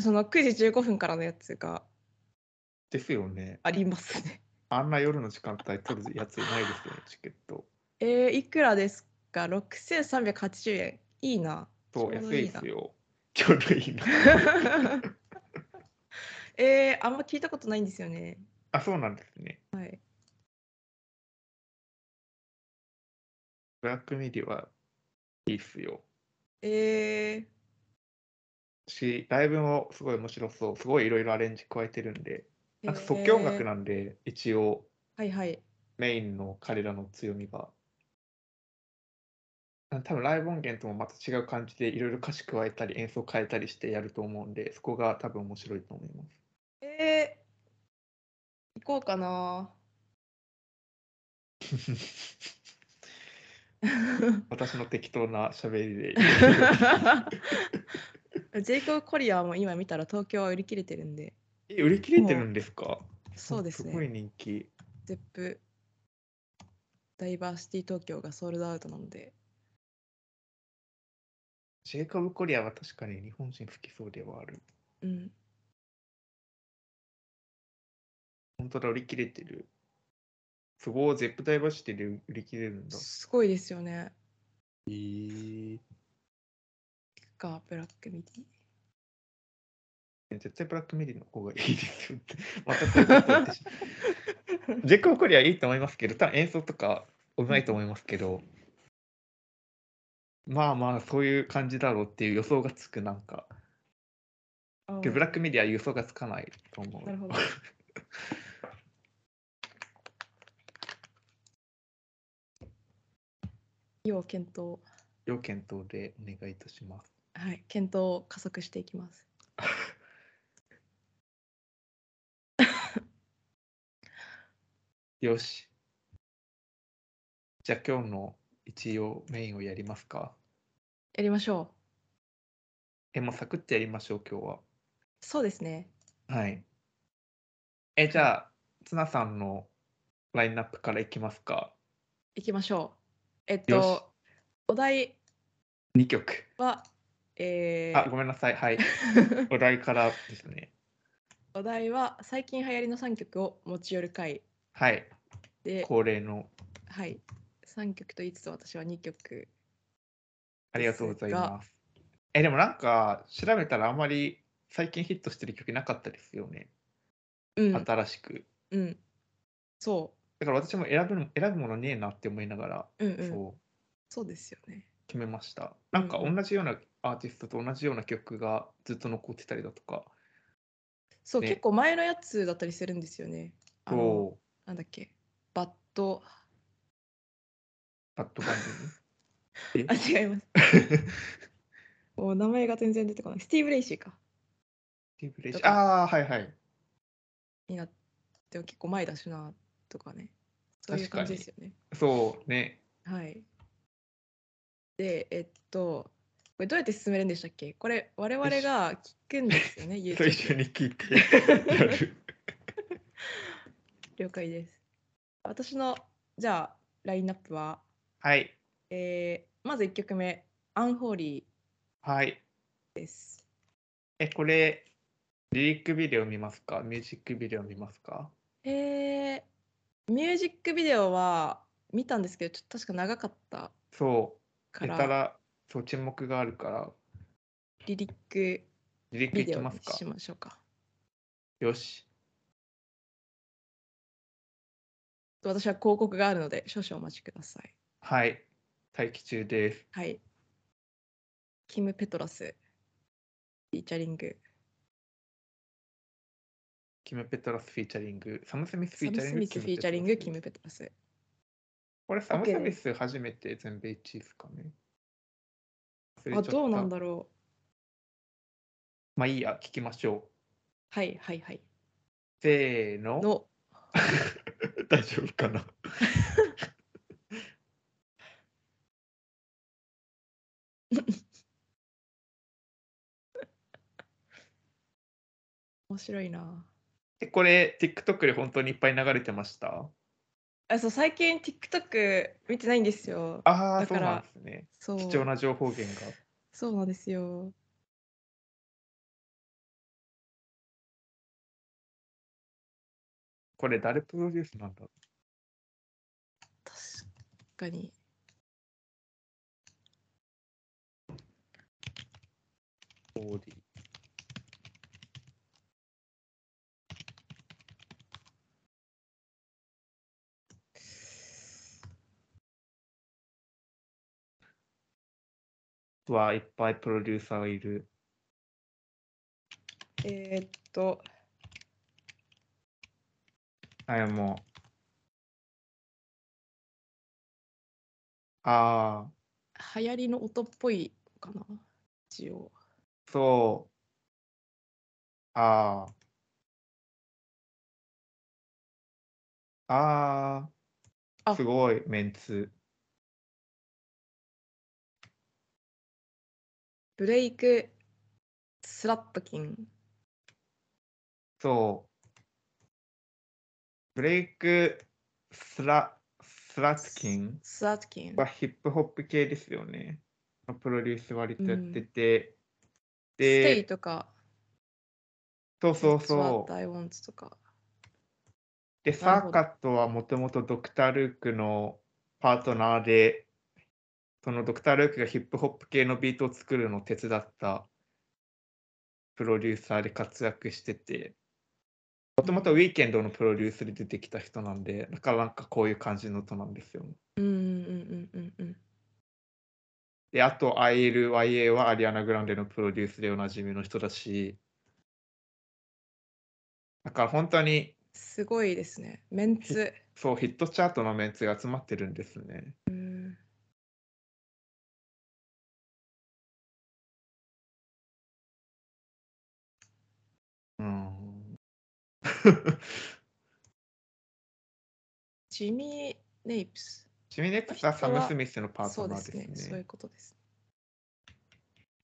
Speaker 2: その9時15分からのやつが
Speaker 1: ですよね。
Speaker 2: ありますね。
Speaker 1: あんな夜の時間帯取るやついないですよね、チケット。
Speaker 2: えー、いくらですか ?6380 円。いいな。
Speaker 1: そう、
Speaker 2: ちょうど
Speaker 1: 安
Speaker 2: いい
Speaker 1: い
Speaker 2: な
Speaker 1: ですよ。ちょうどいいな。
Speaker 2: えー、あんま聞いたことないんですよね。
Speaker 1: あ、そうなんですね。
Speaker 2: はい。
Speaker 1: ブラックミディはいいっすよ。
Speaker 2: え
Speaker 1: し、ライブもすごい面白そう。すごいいろいろアレンジ加えてるんで、
Speaker 2: ー、
Speaker 1: なんか即興音楽
Speaker 2: へー
Speaker 1: なんで、一応
Speaker 2: はいはい。
Speaker 1: メインの彼らの強みが。あ多分ライブ音源ともまた違う感じでいろいろ歌詞加えたり演奏変えたりしてやると思うんでそこが多分面白いと思います。
Speaker 2: えー、行こう かな。
Speaker 1: 私の適当な喋りで。
Speaker 2: ジェイコブ・コリアーも今見たら東京は売り切れてるんで、
Speaker 1: え売り切れてるんですか
Speaker 2: そうです
Speaker 1: すごい
Speaker 2: ね、
Speaker 1: 人気。
Speaker 2: ゼップダイバーシティ東京がソールドアウトなので、
Speaker 1: ジェイコブ・コリアは確かに日本人好きそうではある。
Speaker 2: うん、
Speaker 1: 本当だ、売り切れてる。すごい、ゼップダイバーシティで売り切れるんだ。
Speaker 2: すごいですよね。
Speaker 1: えー、
Speaker 2: か、ブラックミディ。
Speaker 1: 絶対ブラックメリーの方がいいですよって。またそういうこと言ってしま うジェイコブ・コリアいいと思いますけど、多分演奏とかうまいと思いますけど、まあまあ、そういう感じだろうっていう予想がつく、なんか。
Speaker 2: あ
Speaker 1: でブラックメディアは予想がつかないと思う。
Speaker 2: な るほど。要検討、
Speaker 1: 要検討でお願いいたします。
Speaker 2: はい、検討を加速していきます。
Speaker 1: よし。じゃあ今日の一応メインをやりますか。
Speaker 2: やりましょ
Speaker 1: え、もうサクッとやりましょう、今日は。
Speaker 2: う。そうですね。
Speaker 1: はい。え、じゃあ、ツナさんのラインナップからいきますか。
Speaker 2: 行きましょう。えっ
Speaker 1: よし
Speaker 2: と、お題
Speaker 1: 2曲。
Speaker 2: は、えー
Speaker 1: あ、ごめんなさい。はい。お題からですね。
Speaker 2: お題は最近流行りの3曲を持ち寄る会
Speaker 1: はい。
Speaker 2: で、
Speaker 1: 恒例の。
Speaker 2: はい、3曲と言いつつ私は2曲。
Speaker 1: ありがとうございます。え、でもなんか、調べたらあんまり最近ヒットしてる曲なかったですよね。
Speaker 2: うん、
Speaker 1: 新しく。
Speaker 2: うん、そ
Speaker 1: だから私も選ぶの選ぶものねえなって思いながら、
Speaker 2: う、うんうん、
Speaker 1: そう
Speaker 2: そうですよね。
Speaker 1: 決めました。なんか
Speaker 2: うんうん
Speaker 1: 同じようなアーティストと同じような曲がずっと残ってたりだとか、
Speaker 2: そう、
Speaker 1: ね
Speaker 2: 結構前のやつだったりするんですよね。あの
Speaker 1: こ
Speaker 2: なんだっけ、バッド、
Speaker 1: うバッドバン
Speaker 2: あ、違 います。
Speaker 1: ドに。
Speaker 2: もう名前が全然出てこない。スティーブ・レイシーか。
Speaker 1: リブレー
Speaker 2: と
Speaker 1: シ
Speaker 2: か
Speaker 1: ああー、はいはい。
Speaker 2: になっても結構前だしなとかね。そういう
Speaker 1: 確か
Speaker 2: 感
Speaker 1: に
Speaker 2: じですよね。
Speaker 1: そうね。
Speaker 2: はい。で、えっと、これどうやって進めるんでしたっけこれ、我々が聞くんで すよね、
Speaker 1: そう一
Speaker 2: YouTube
Speaker 1: 緒に聞いてやる。
Speaker 2: 了解です。私の、じゃあ、ラインナップ は、
Speaker 1: はい。
Speaker 2: えーまず1曲目、アンホーリ
Speaker 1: はい。
Speaker 2: ーです。
Speaker 1: え、これ、リリックビデオ見ますかミュージックビデオ見ますか
Speaker 2: えーミュージックビデオは見たんですけど、ちょっと確か長かった
Speaker 1: そ
Speaker 2: か
Speaker 1: う。やた
Speaker 2: ら、
Speaker 1: ら、そう、沈黙があるから、
Speaker 2: リリック
Speaker 1: リリック
Speaker 2: ビ
Speaker 1: い
Speaker 2: デ
Speaker 1: き
Speaker 2: オに
Speaker 1: ますか
Speaker 2: しましょうか。
Speaker 1: よし。
Speaker 2: 私は広告があるので、少々お待ちください。
Speaker 1: はい。待機中です。
Speaker 2: はい。キム・ペトラス、フィーチャリング、
Speaker 1: キム・ペトラスフィーチャリング、サム・スミスフ
Speaker 2: サ
Speaker 1: ィーチャ
Speaker 2: ム・
Speaker 1: リ
Speaker 2: ス
Speaker 1: ング、
Speaker 2: ミス、フィーチャリング、キ
Speaker 1: ム・
Speaker 2: ム・ペトラス。
Speaker 1: これ、サム・ス
Speaker 2: OK
Speaker 1: ミス初めて全米1位ですかね。忘れちゃ
Speaker 2: あ、
Speaker 1: った
Speaker 2: どうなんだろう。
Speaker 1: まあいいや、聞きましょう。
Speaker 2: はいはいはい。
Speaker 1: せーの。
Speaker 2: の、
Speaker 1: 大丈夫かな
Speaker 2: 面白いな。
Speaker 1: えこれ、TikTok で本当にいっぱい流れてました
Speaker 2: あ、そう、最近 TikTok 見てないんですよ。
Speaker 1: ああ、
Speaker 2: だ
Speaker 1: そう
Speaker 2: から
Speaker 1: なんですね。
Speaker 2: そう。
Speaker 1: 貴重な情報源が。
Speaker 2: そうなんですよ。
Speaker 1: これ、誰プロデュースなんだ
Speaker 2: 確かに。
Speaker 1: オーディ。わあ、いっぱいプロデューサーがいる。
Speaker 2: えーっと、
Speaker 1: あ、いやもう。ああ、
Speaker 2: 流行りの音っぽいかな一応
Speaker 1: そう。ああ。ああ。
Speaker 2: あ
Speaker 1: すごい、メンツ。
Speaker 2: ブレイクスラップキン
Speaker 1: そう。ブレイクスラ、スラッキン
Speaker 2: スラップキン
Speaker 1: はヒップホップ系ですよね。プロデュース割とやってて。
Speaker 2: ステイ
Speaker 1: で、
Speaker 2: とか
Speaker 1: そうそう
Speaker 2: That's
Speaker 1: そ
Speaker 2: what
Speaker 1: う。
Speaker 2: I want とか
Speaker 1: で、
Speaker 2: なる
Speaker 1: サ
Speaker 2: ほ
Speaker 1: ー
Speaker 2: ど
Speaker 1: カットはもともとドクター・ルークのパートナーで、そのドクター・ルークがヒップホップ系のビートを作るのを手伝ったプロデューサーで活躍してて、もともとウィーケンドのプロデュースで出てきた人なんで、だからなんかこういう感じの音なんですよね。
Speaker 2: うんうんうんうんうん
Speaker 1: で、あと ILYA はアリアナ・グランデのプロデュースでおなじみの人だし、だから本当に
Speaker 2: すごいですねメンツ
Speaker 1: そうヒットチャートのメンツが集まってるんですね。
Speaker 2: うん
Speaker 1: うん。
Speaker 2: ジミー・ネイプス
Speaker 1: シミネックスはサム・スミスのパー
Speaker 2: そ
Speaker 1: ト
Speaker 2: う
Speaker 1: ナ
Speaker 2: で
Speaker 1: ーですすね
Speaker 2: ね。そういうことです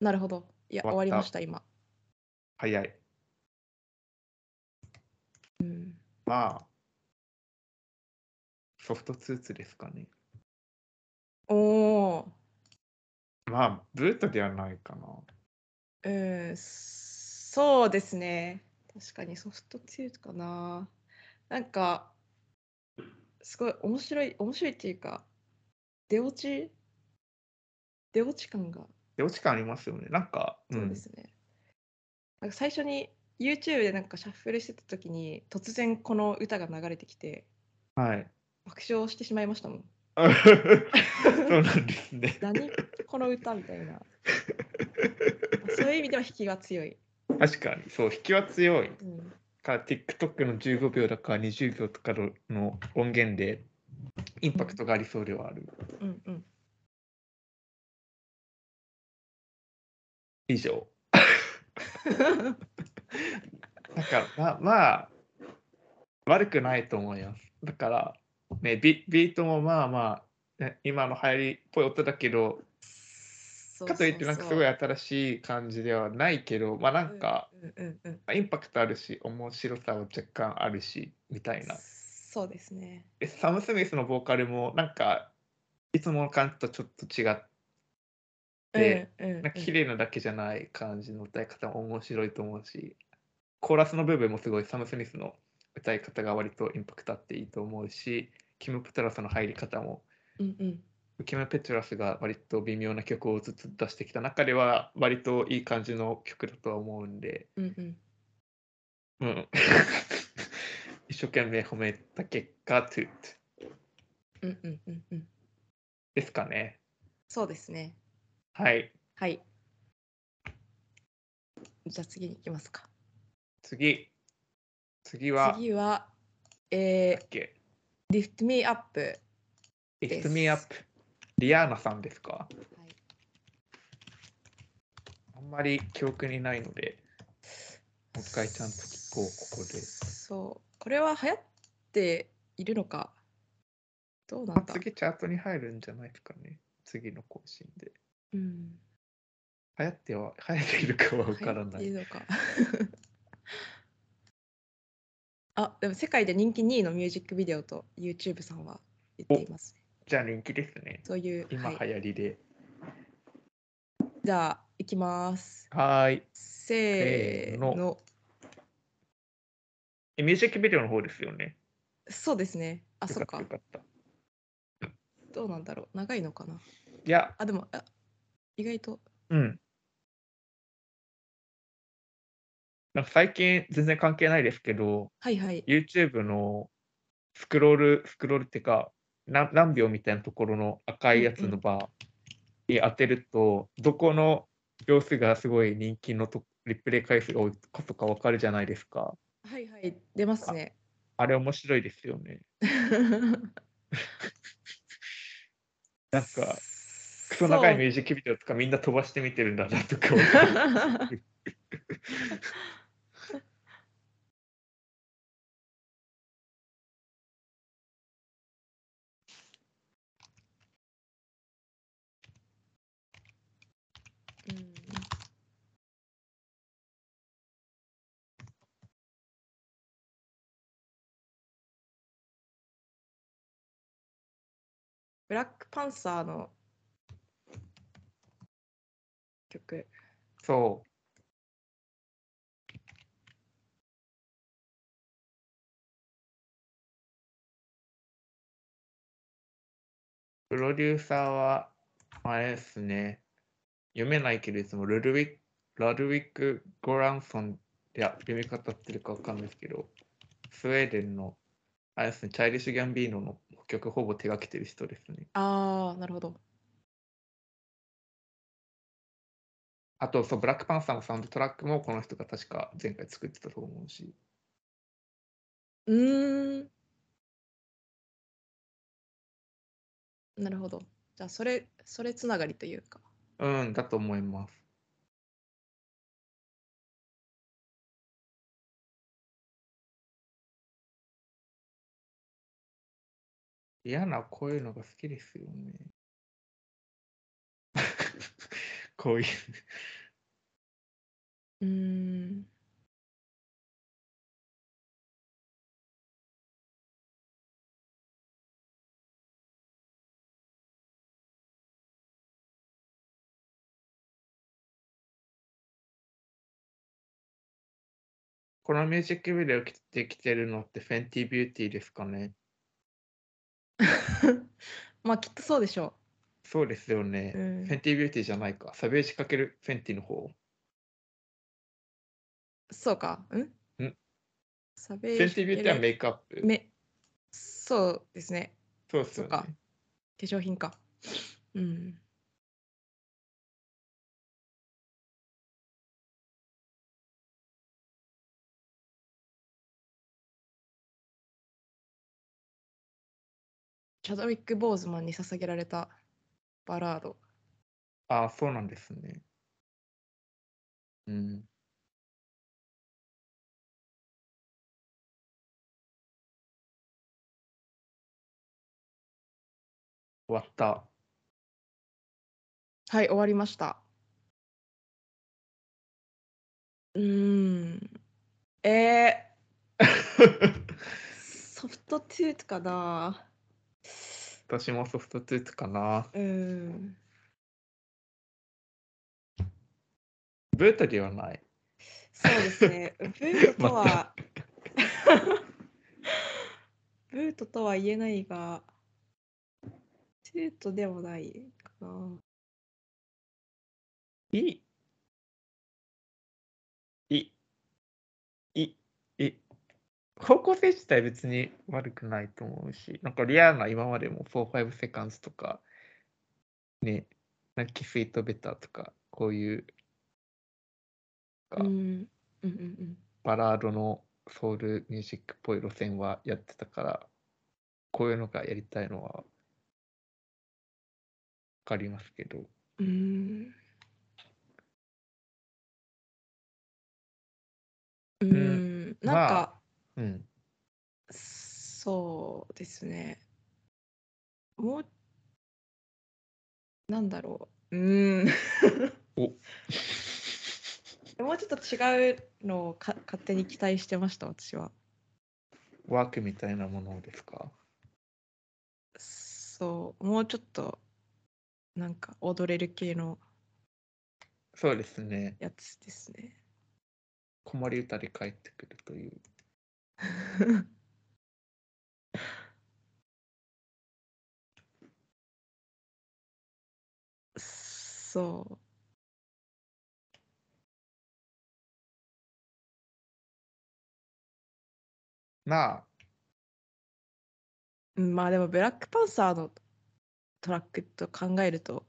Speaker 2: なるほどいや
Speaker 1: 終
Speaker 2: 終
Speaker 1: わ
Speaker 2: わ
Speaker 1: った
Speaker 2: りました今
Speaker 1: 早い。
Speaker 2: うん
Speaker 1: まあ、ソフトツーツですかね。
Speaker 2: おお
Speaker 1: まあ、ブートではないかな。
Speaker 2: うん、そうですね。確かにソフトツールかな。なんか、すごい面白い、面白いっていうか、出落ち、出落ち感が、
Speaker 1: で、落ち感ありますよね。なんか、う
Speaker 2: そうで
Speaker 1: ん。
Speaker 2: すね。なんか最初に YouTube でなんかシャッフルしてた時に、突然この歌が流れてきて、
Speaker 1: はい。
Speaker 2: 爆笑してしまいまし たもん。
Speaker 1: そうなんですね。
Speaker 2: 何この歌みたいな。そういう意味では引きが強い。
Speaker 1: 確かに。そう、引きは強い。
Speaker 2: うん、
Speaker 1: から TikTok の15秒だか20秒とかのの音源で、インパクトがありそうではある。
Speaker 2: うん、うん。
Speaker 1: 以 上。だからままあ悪くないと思います。だから、ね、ビビートもまあまあ、ね、今の流行りっぽい音だけど
Speaker 2: そう
Speaker 1: かといってなんかすごい
Speaker 2: そう
Speaker 1: 新しい感じではないけどまあなんか、
Speaker 2: そう、うんうんうんうん、
Speaker 1: インパクトあるし面白さは若干あるしみたいな。
Speaker 2: そうですね。
Speaker 1: でサム・スミスのボーカルもなんかいつもの感じとちょっと違って。で
Speaker 2: うんうん
Speaker 1: なんか綺麗なだけじゃない感じの歌い方も面白いと思うし、コーラスの部分もすごいサム・スミスの歌い方が割とインパクトあっていいと思うし、キム・ペトラスの入り方も、
Speaker 2: うんうん
Speaker 1: キム・ペトラスが割と微妙な曲をずつ出してきた中では、割といい感じの曲だとは思うんで、
Speaker 2: うん
Speaker 1: う
Speaker 2: うん
Speaker 1: ん、 一生懸命褒めた結果、トゥートゥ
Speaker 2: うんうんうんうん。
Speaker 1: ですかね。
Speaker 2: そうですね。
Speaker 1: はい、
Speaker 2: はい。じゃあ次に行きますか。
Speaker 1: 次。次は、
Speaker 2: 次は、え
Speaker 1: だっけ
Speaker 2: ー、Lift Me Up。はい、
Speaker 1: Lift Me Up、リアーナさんですかあんまり記憶にないので、もう一回ちゃんと聞こう、ここで。
Speaker 2: そう。これは流行っているのか。どうな
Speaker 1: ま
Speaker 2: ん
Speaker 1: あ、
Speaker 2: だ、
Speaker 1: 次、チャートに入るんじゃないですかね。次の更新で。
Speaker 2: うん、
Speaker 1: 流行っては、流行っているかは分からな
Speaker 2: 流
Speaker 1: い。
Speaker 2: 行っているのか。 あ、でも世界で人気2位のミュージックビデオと YouTube さんは言っていますね。
Speaker 1: じゃあ人気ですね。
Speaker 2: そういう。
Speaker 1: 今
Speaker 2: は
Speaker 1: 流
Speaker 2: い
Speaker 1: 行りで。
Speaker 2: じゃあ、いきます。
Speaker 1: はーい。
Speaker 2: せ
Speaker 1: せ
Speaker 2: ー
Speaker 1: ー
Speaker 2: の。
Speaker 1: えミュージックビデオの方ですよね。
Speaker 2: そうですね。あ、そっ
Speaker 1: よか
Speaker 2: か
Speaker 1: ったよ。かった。い
Speaker 2: どうなんだろう。長いのかな。
Speaker 1: や、
Speaker 2: あ、でも、あ意外と。
Speaker 1: うん。なんか最近、全然関係ないですけど、
Speaker 2: はいはい。
Speaker 1: YouTube のスクロール、スクロールってか、な何秒みたいなところの赤いやつのバーに当てると、どこの様子がすごい人気のとリプレイ回数が多いかとか分かるじゃないですか。
Speaker 2: はいはい。出ますね。
Speaker 1: あれ面白いですよね。なんか、クソ 長いミュージックビデオとかみんな飛ばして見てるんだなとか思って
Speaker 2: うんブラックパンサーの曲
Speaker 1: そう。プロデューサーは、あれですね、読めないけれども、ルルウィッラルウィック・ゴランソンいや、読み方合ってるかわかんないですけど、スウェーデンの、あれですね、チャイリッシュ・ギャンビーノの曲ほぼ手がけてる人ですね。
Speaker 2: ああなるほど
Speaker 1: あと、そう、ブラックパンサーのサウンドトラックもこの人が確か前回作ってたと思うし。
Speaker 2: うーんなるほどじゃあそれそれつながりというか
Speaker 1: うん、だと思います。嫌なこういうのが好きですよね。 こういう。
Speaker 2: うーん
Speaker 1: このミュージックビデオ着てきてるのってフェンティビューティーですかね。
Speaker 2: まあきっとそうでしょ
Speaker 1: そうですよね。
Speaker 2: う、うん
Speaker 1: フェンティビューティーじゃないか。サベージかけるフェンティの方。
Speaker 2: そうかうん
Speaker 1: ん
Speaker 2: サ
Speaker 1: フ
Speaker 2: ベ
Speaker 1: ェンティビューティーはメ
Speaker 2: イ
Speaker 1: イクアップ。
Speaker 2: めそうですね
Speaker 1: そうですよ
Speaker 2: そ
Speaker 1: ね
Speaker 2: うか。化粧品かうんチャドウィック・ボーズマンに捧げられたバラード
Speaker 1: ああ、そうなんですね。うん。終わった。
Speaker 2: はい終わりましたうーんえー、ソフトトゥースかな
Speaker 1: 私もソフトトゥースかな。
Speaker 2: うん
Speaker 1: ブータではない。
Speaker 2: そうですね。ブートと は、 ブートとは言えないが、トゥートでもないかな。
Speaker 1: いい。いい。いい。方向性自体別に悪くないと思うし、なんかリアルな今までも4、5セカンズとか、ね、なんかキスイートベターとか、こういう
Speaker 2: う
Speaker 1: か
Speaker 2: ん、うんうんうん。
Speaker 1: バラードのソウルミュージックっぽい路線はやってたから、こういうのがやりたいのは、わかりますけど。
Speaker 2: うーん。うーん、なん
Speaker 1: まあ
Speaker 2: か、
Speaker 1: うん。
Speaker 2: そうですね。もう、なんだろう。うーん。もうちょっと違うのをか勝手に期待してました、私は。
Speaker 1: ワークみたいなものですか
Speaker 2: そう、もうちょっと、なんか踊れる系の
Speaker 1: そうですね。
Speaker 2: やつですね。
Speaker 1: 子守歌で帰ってくるという。
Speaker 2: そう。
Speaker 1: まあ、
Speaker 2: うんまあでもブラックパンサーのトラックと考えると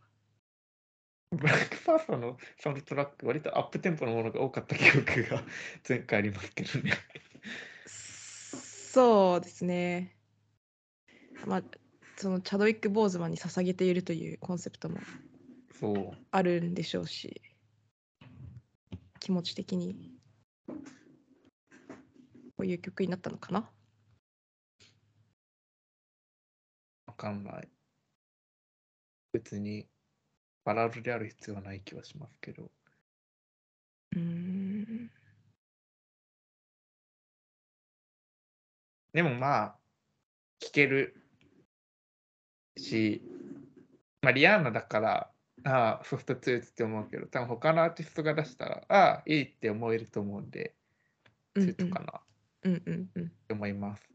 Speaker 1: ブラックパーサーのサウンドトラック、割とアッ プテンポのものが多かった記憶が前回ありますけどね。
Speaker 2: そうですね。まあ、そのチャドウィック・ボーズマンに捧げているというコンセプトも
Speaker 1: そう。
Speaker 2: あるんでしょうし、気持ち的にこういう曲になったのかな。
Speaker 1: わかんない。別にバラードである必要はない気はしますけど。
Speaker 2: うーん。
Speaker 1: でもまあ、聴けるし、まあ、リアーナだから、ああ、ソフトツーツって思うけど、多分他のアーティストが出したら、ああ、いいって思えると思うんで、
Speaker 2: う
Speaker 1: ツ
Speaker 2: ん
Speaker 1: ーツかなっ
Speaker 2: うんうんうん。
Speaker 1: て思います。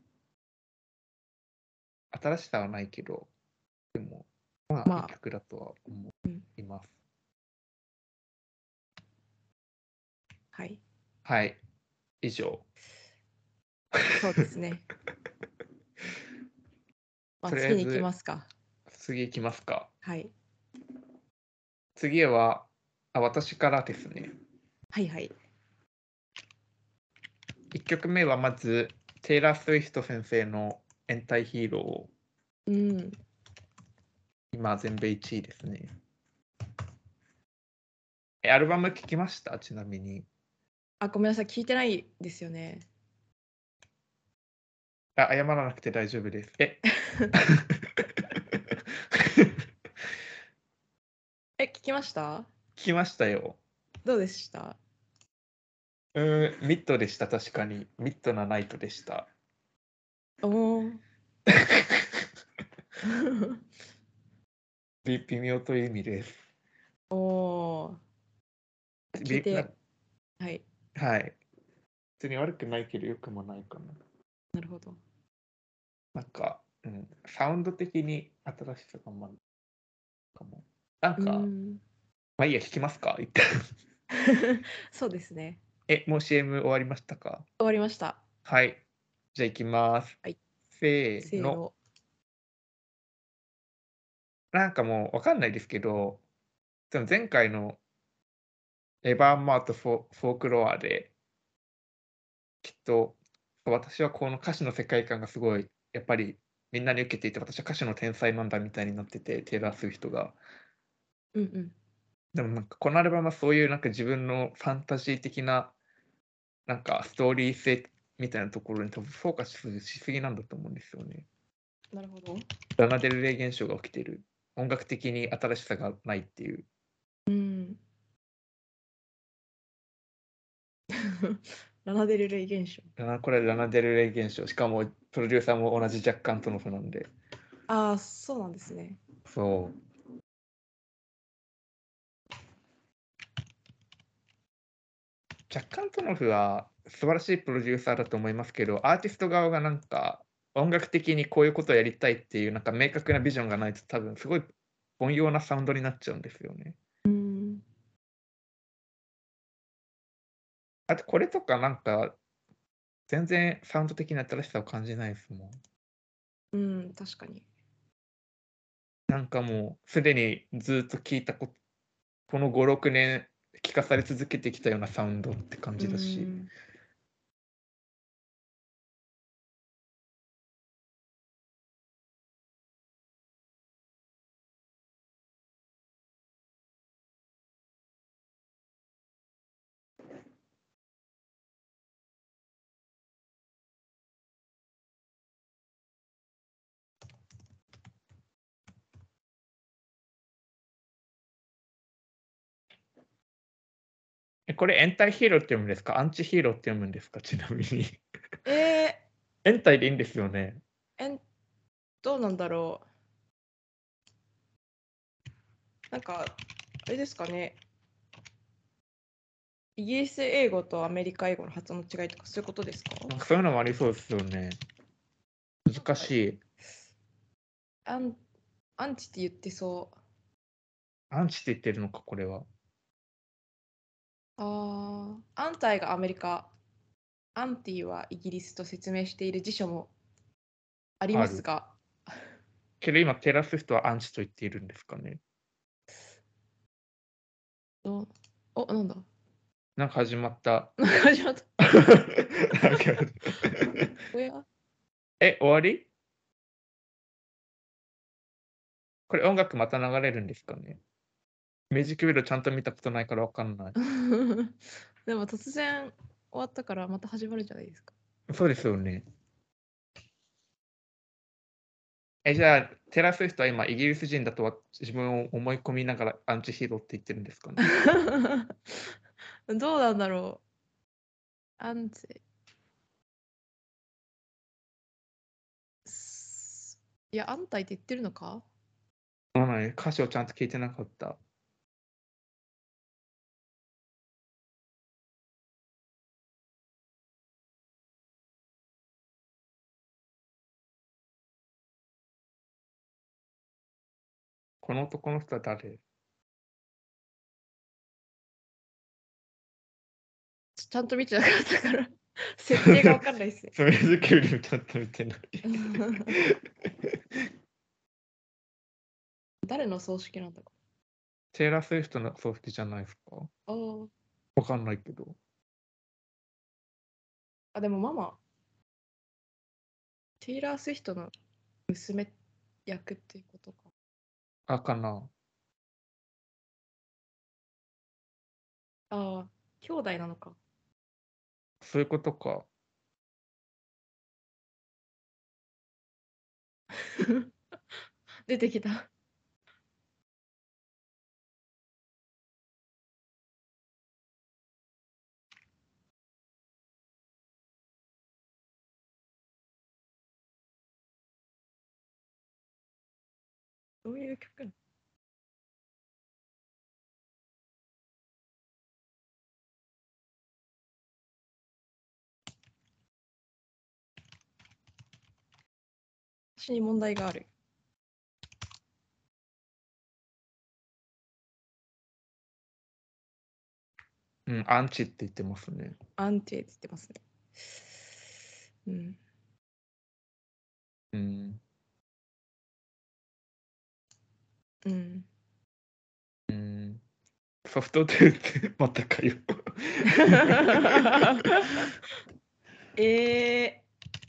Speaker 1: 新しさはないけど、でも、まあ、
Speaker 2: ま
Speaker 1: い
Speaker 2: あ
Speaker 1: い曲だとは思
Speaker 2: うん
Speaker 1: います。
Speaker 2: はい。
Speaker 1: はい、以上。
Speaker 2: そうで すね。まあ、
Speaker 1: とりあえず
Speaker 2: 次に行きますか。
Speaker 1: 次いきますか。
Speaker 2: はい。
Speaker 1: 次は、あ、私からですね。
Speaker 2: はいはい。
Speaker 1: 1曲目はまず、テイラー・スウィフト先生の延滞ヒーローを
Speaker 2: うん。
Speaker 1: 今、全米1位ですね。え、アルバム聴きましたちなみに。
Speaker 2: あ、ごめんなさい。聞いてないですよね。
Speaker 1: あ、謝らなくて大丈夫です。 え
Speaker 2: え、聞きました
Speaker 1: 聞きましたよ。
Speaker 2: どうでした
Speaker 1: うーん、ミッドでした、確かに。ミッドなナイトで した。
Speaker 2: おお。
Speaker 1: び微妙という意味です。
Speaker 2: お おー。聞い
Speaker 1: び
Speaker 2: て。はい。
Speaker 1: なはい。別に悪くないけど、良くもないかな。
Speaker 2: なるほど。
Speaker 1: なんか、うん、サウンド的に新しさがまかも。なんか、
Speaker 2: う
Speaker 1: ま
Speaker 2: ん
Speaker 1: あいいや、聞きますか一回
Speaker 2: そうですね。
Speaker 1: え、もう CM 終わりましたか
Speaker 2: 終わりました。
Speaker 1: はい。じゃあ行きます。
Speaker 2: はい
Speaker 1: せ
Speaker 2: せ
Speaker 1: ー
Speaker 2: ー
Speaker 1: の。
Speaker 2: の。
Speaker 1: なんかもうわかんないですけど、その前回のエヴァーマートフォフォークロアで、きっと私はこの歌詞の世界観がすごい、やっぱりみんなに受けていて、私は歌手の天才なんだみたいになってて、テイラー・スウィフトが。
Speaker 2: うんうん。
Speaker 1: でもなんかこのアルバムはそういうなんか自分のファンタジー的ななんかストーリー性みたいなところに多分フォーカスしすぎなんだと思うんですよね。
Speaker 2: なるほど。
Speaker 1: ラナデルレイ現象が起きてる。音楽的に新しさがないっていう。
Speaker 2: うん。ラナデルレイ現象。
Speaker 1: ラこれはラナデルレイ現象。しかもプロデューサーも同じジャック・アントノフなんで。
Speaker 2: ああ、そうなんですね。
Speaker 1: そう。ジャック・アントノフは素晴らしいプロデューサーだと思いますけど、アーティスト側がなんか音楽的にこういうことをやりたいっていうなんか明確なビジョンがないと多分すごい凡庸なサウンドになっちゃうんですよね。
Speaker 2: うん。
Speaker 1: あとこれとかなんか全然サウンド的な新しさを感じないですもん。
Speaker 2: うん、確かに。
Speaker 1: なんかもうすでにずっと聞いたここの5、6年聞かされ続けてきたようなサウンドって感じだし。
Speaker 2: うん
Speaker 1: えこれ、エンタイヒーローって読むんですかアンチヒーローって読むんですかちなみに。
Speaker 2: え
Speaker 1: エンタイでいいんですよね。
Speaker 2: ー、えんどうなんだろう。なんか、あれですかね。イギリス英語とアメリカ英語の発音の違いとかそういうことですか
Speaker 1: なんかそういうのもありそうですよね。難しい。
Speaker 2: アンアンチって言ってそう。
Speaker 1: アンチって言ってるのか、これは。
Speaker 2: ああ、アンタイがアメリカ、アンティはイギリスと説明している辞書もありますが、
Speaker 1: けど今、テラスフトはアンチと言っているんですかね。
Speaker 2: どうお、なんだ
Speaker 1: なんか始まった。
Speaker 2: 始まった。
Speaker 1: なんか
Speaker 2: おや
Speaker 1: え、終わりこれ音楽また流れるんですかねミュージックビデオちゃんと見たことないからわかんない。
Speaker 2: でも突然終わったからまた始まるじゃないですか。
Speaker 1: そうですよね。え、じゃあ、テラス人は今、イギリス人だとは自分を思い込みながらアンチヒーローって言ってるんですかね
Speaker 2: どうなんだろう。アンチ。すいや、安泰って言ってるのか
Speaker 1: そうなのよ歌詞をちゃんと聞いてなかった。この男の人は誰
Speaker 2: ちちゃんと見てなかったから、 設定がわかんないっすね。
Speaker 1: そういう時よりもちょっと見てない。
Speaker 2: 誰の葬式なんだか。
Speaker 1: テイラー・スウィフトの葬式じゃないですか
Speaker 2: あー
Speaker 1: わかんないけど。
Speaker 2: あ、でもママ、テイラー・スウィフトの娘役っていうことか。
Speaker 1: あかな。
Speaker 2: ああ、兄弟なのか。
Speaker 1: そういうことか。
Speaker 2: 出てきた。どういう曲なの私に問題がある。
Speaker 1: うん、アンチって言ってますね。
Speaker 2: 安定って言ってますね。うん。
Speaker 1: うん。
Speaker 2: うん。
Speaker 1: うん。ソフトテールってまた かよ。
Speaker 2: え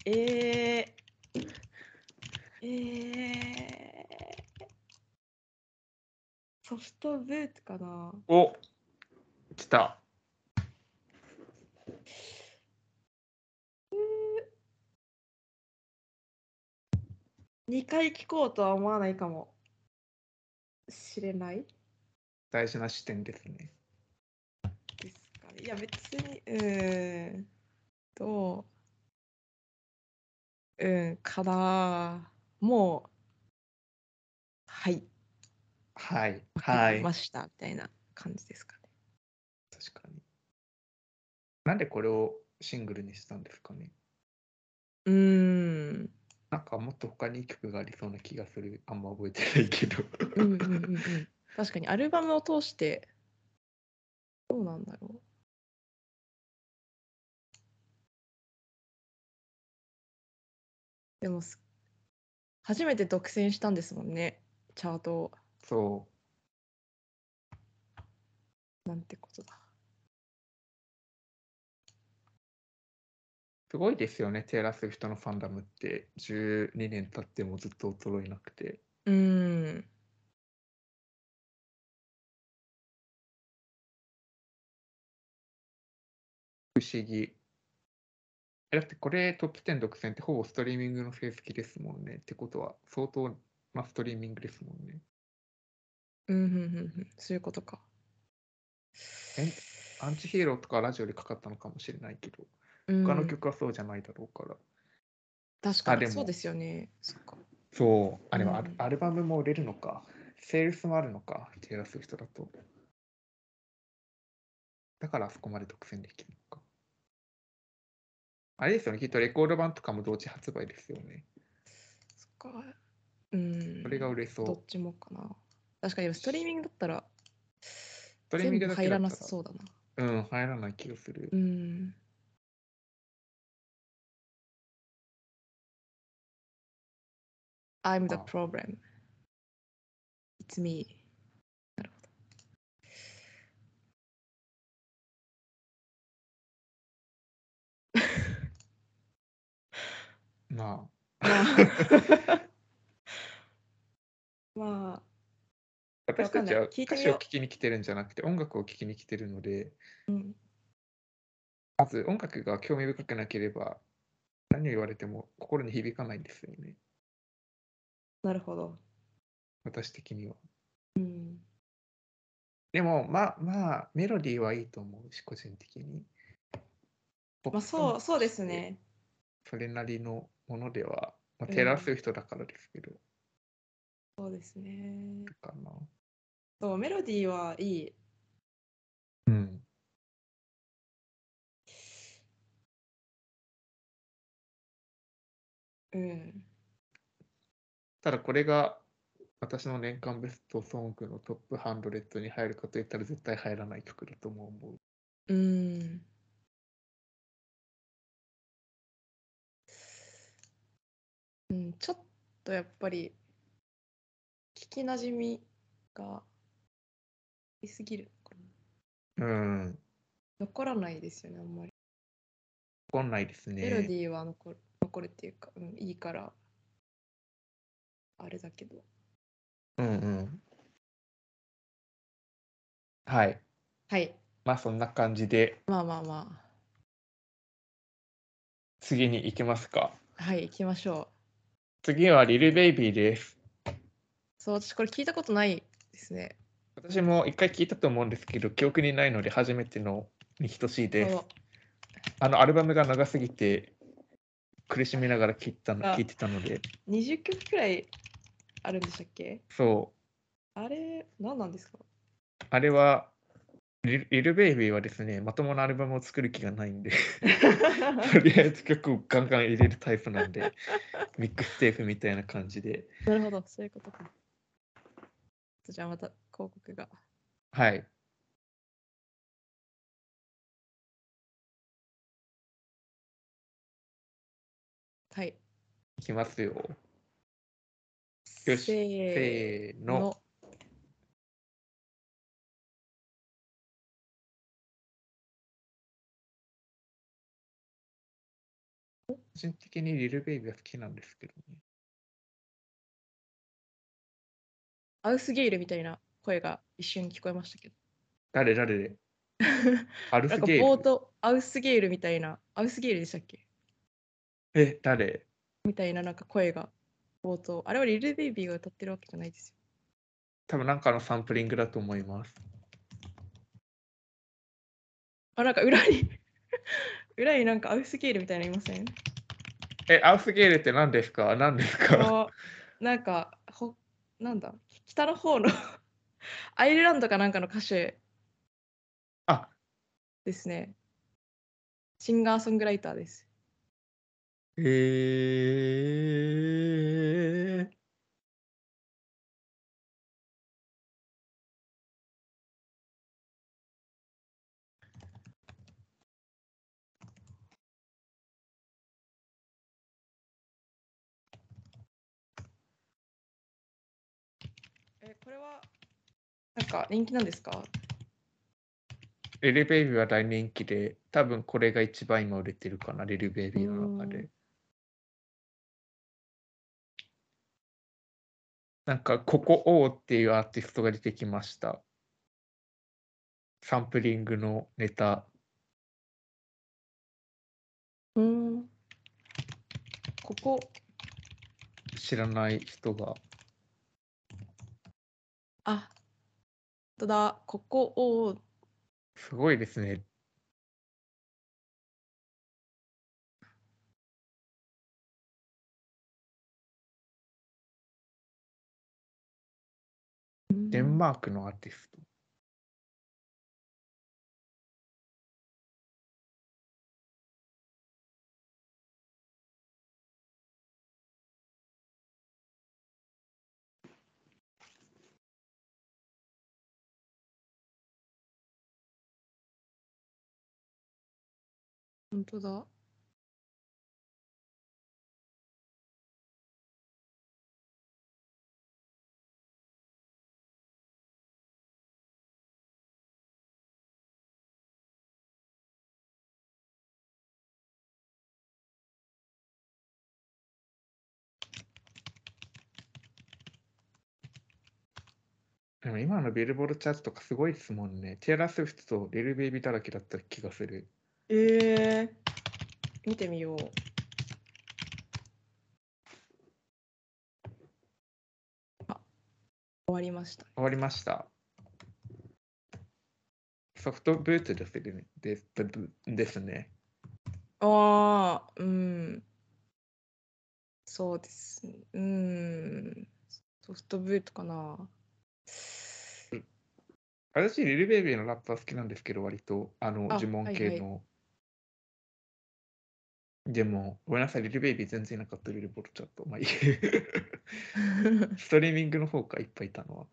Speaker 2: ー、えー、えー、ソフトブーツかな
Speaker 1: お来た。
Speaker 2: ?2 回聞こうとは思わないかもしれない
Speaker 1: 大事な視点ですね。
Speaker 2: ですかね。いや別に、うん、どう、うん、かな。もう、はい、
Speaker 1: はい。
Speaker 2: わ
Speaker 1: は
Speaker 2: か
Speaker 1: い。
Speaker 2: りま
Speaker 1: 確
Speaker 2: した、みたいな感じですかね。
Speaker 1: かに。なんでこれをシングルにしたんですかね。
Speaker 2: うーん。
Speaker 1: なんかもっと他にいい曲がありそうな気がする。あんま覚えてないけど。
Speaker 2: うんうんうんうん、確かにアルバムを通してどうなんだろうでもす初めて独占したんですもんねチャートを
Speaker 1: そう。
Speaker 2: なんてことだ
Speaker 1: すごいですよね、テイラー・スウィフトのファンダムって、12年経ってもずっと衰えなくて。
Speaker 2: うーん
Speaker 1: えだってこれ、トップ10独占ってほぼストリーミングの成績ですもんね。ってことは、相当なストリーミングですもんね。
Speaker 2: うんうんうんうんそういうことか
Speaker 1: えアンチヒーローとかラジオでかかったのかもしれないけど、
Speaker 2: うん
Speaker 1: 他の曲はそうじゃないだろうから。
Speaker 2: 確か
Speaker 1: あで
Speaker 2: に
Speaker 1: も
Speaker 2: そうですよねそっか
Speaker 1: そう、あれはアル,、
Speaker 2: うん
Speaker 1: アルバムも売れるのか、セールスもあるのか、テイラー・スウィフトだと。だからあそこまで独占できるのか。あれですよね、きっとレコード版とかも同時発売ですよね。
Speaker 2: そっかうん
Speaker 1: それが売れそう。
Speaker 2: どっちもかな確かにでもストリーミングだったら
Speaker 1: ストリーミング
Speaker 2: 全部
Speaker 1: だけ
Speaker 2: 入
Speaker 1: だ
Speaker 2: ら
Speaker 1: った
Speaker 2: な
Speaker 1: ら
Speaker 2: さそうだな
Speaker 1: うん、入らない気がする
Speaker 2: う。ん「I'm the
Speaker 1: あ
Speaker 2: problem」「It's me」
Speaker 1: まあ、
Speaker 2: まあまあ
Speaker 1: 私たち
Speaker 2: わかんな
Speaker 1: はい
Speaker 2: 聞い
Speaker 1: 歌
Speaker 2: てみ
Speaker 1: 詞
Speaker 2: よう
Speaker 1: を聴きに来てるんじゃなくて音楽を聴きに来てるので、
Speaker 2: うん
Speaker 1: まず音楽が興味深くなければ何を言われても心に響かないんですよね
Speaker 2: なるほど。
Speaker 1: 私的には
Speaker 2: うん、
Speaker 1: でもまあまあメロディーはいいと思うし個人的に
Speaker 2: まあそうそうですね。
Speaker 1: それなりのものでは、まあ、
Speaker 2: うん
Speaker 1: 照らす人だからですけど、
Speaker 2: そうですね。
Speaker 1: かな
Speaker 2: そうメロディーはいい。
Speaker 1: うん
Speaker 2: うん。
Speaker 1: ただこれが私の年間ベストソングのトップ100に入るかといったら絶対入らない曲だとも思う
Speaker 2: うん。うん、ちょっとやっぱり聞きなじみがいすぎるのかな
Speaker 1: うん
Speaker 2: 残らないですよねあんまり、
Speaker 1: 残んないです
Speaker 2: メロ
Speaker 1: ね
Speaker 2: ディーは残る残るっていうか、うん、いいからあれだけど
Speaker 1: うんうんはい
Speaker 2: はい
Speaker 1: まあそんな感じで
Speaker 2: まあまあま
Speaker 1: 次に行きますか
Speaker 2: あはい行きましょう
Speaker 1: 次はリルベイビーです
Speaker 2: そう私これ聞いたことないですね
Speaker 1: 私も一回聞いたと思うんですけど記憶にないので初めてのに等しいです
Speaker 2: そう
Speaker 1: あのアルバムが長すぎて苦しみながら聞いたの
Speaker 2: あ
Speaker 1: 聞いてたので
Speaker 2: 20曲くらいあるんでしたっけ
Speaker 1: そう
Speaker 2: あれ何なん ですか
Speaker 1: あれは、リリルベイビーはですね、まともなアルバムを作る気がないん で、とりあえず曲をガンガン入れるタイプなんで、ミックステープみたいな感じで、
Speaker 2: なるほど、そういうことか。じゃあまた広告が。
Speaker 1: はい。
Speaker 2: はい。
Speaker 1: いきますよ。
Speaker 2: せ
Speaker 1: しせーの。個人的にリルベイビーが好きなんですけどね。
Speaker 2: アウスゲイルみたいな声が一瞬聞こえましたけど。
Speaker 1: 誰誰 でアル
Speaker 2: な
Speaker 1: ス
Speaker 2: んか
Speaker 1: ゲ
Speaker 2: 冒
Speaker 1: ール。
Speaker 2: 頭、アウスゲイルみたいな、アウスゲイルでしたっけ
Speaker 1: え、誰
Speaker 2: みたいななんか声が冒頭。あれはリルベイビーが歌ってるわけじゃないですよ。
Speaker 1: 多分なんかのサンプリングだと思います。
Speaker 2: あ、なんか裏に、 裏になんかアウスゲイルみたいなのいません
Speaker 1: え、アウスゲールって何ですか何ですか
Speaker 2: こうなんかほなんだ北の方の アイルランドかなんかの歌手
Speaker 1: あ、
Speaker 2: ですねシンガーソングライターです
Speaker 1: えー。
Speaker 2: えこれはなんか人気なんですか
Speaker 1: リルベイビーは大人気で、多分これが一番今売れてるかな、リルベイビーの中
Speaker 2: う
Speaker 1: で
Speaker 2: ん。
Speaker 1: なんか、ここ王っていうアーティストが出てきました。サンプリングのネタ。
Speaker 2: うんここ
Speaker 1: 知らない人が。
Speaker 2: あただここを
Speaker 1: すごいですね。デンマークのアーティスト。
Speaker 2: 本当だ
Speaker 1: でも今のビルボードチャートとかすごいですもんね。テイラー・スウィフトとリル・ベイビーだらけだった気がする。
Speaker 2: えー、見てみよう。あ終わりました。
Speaker 1: 終わりました。ソフトブーツですね。ですですね。
Speaker 2: ああ、うん。そうですね。うん。ソフトブートかな。
Speaker 1: 私、リル・ベイビーのラッパー好きなんですけど、割と、あの、
Speaker 2: あ
Speaker 1: 呪文
Speaker 2: は
Speaker 1: 系
Speaker 2: い
Speaker 1: の。でも、ごめんなさい、リル・ベイビー全然いなかった、ビルボードチャート。まあ、いいストリーミングの方か、いっぱいいたのは。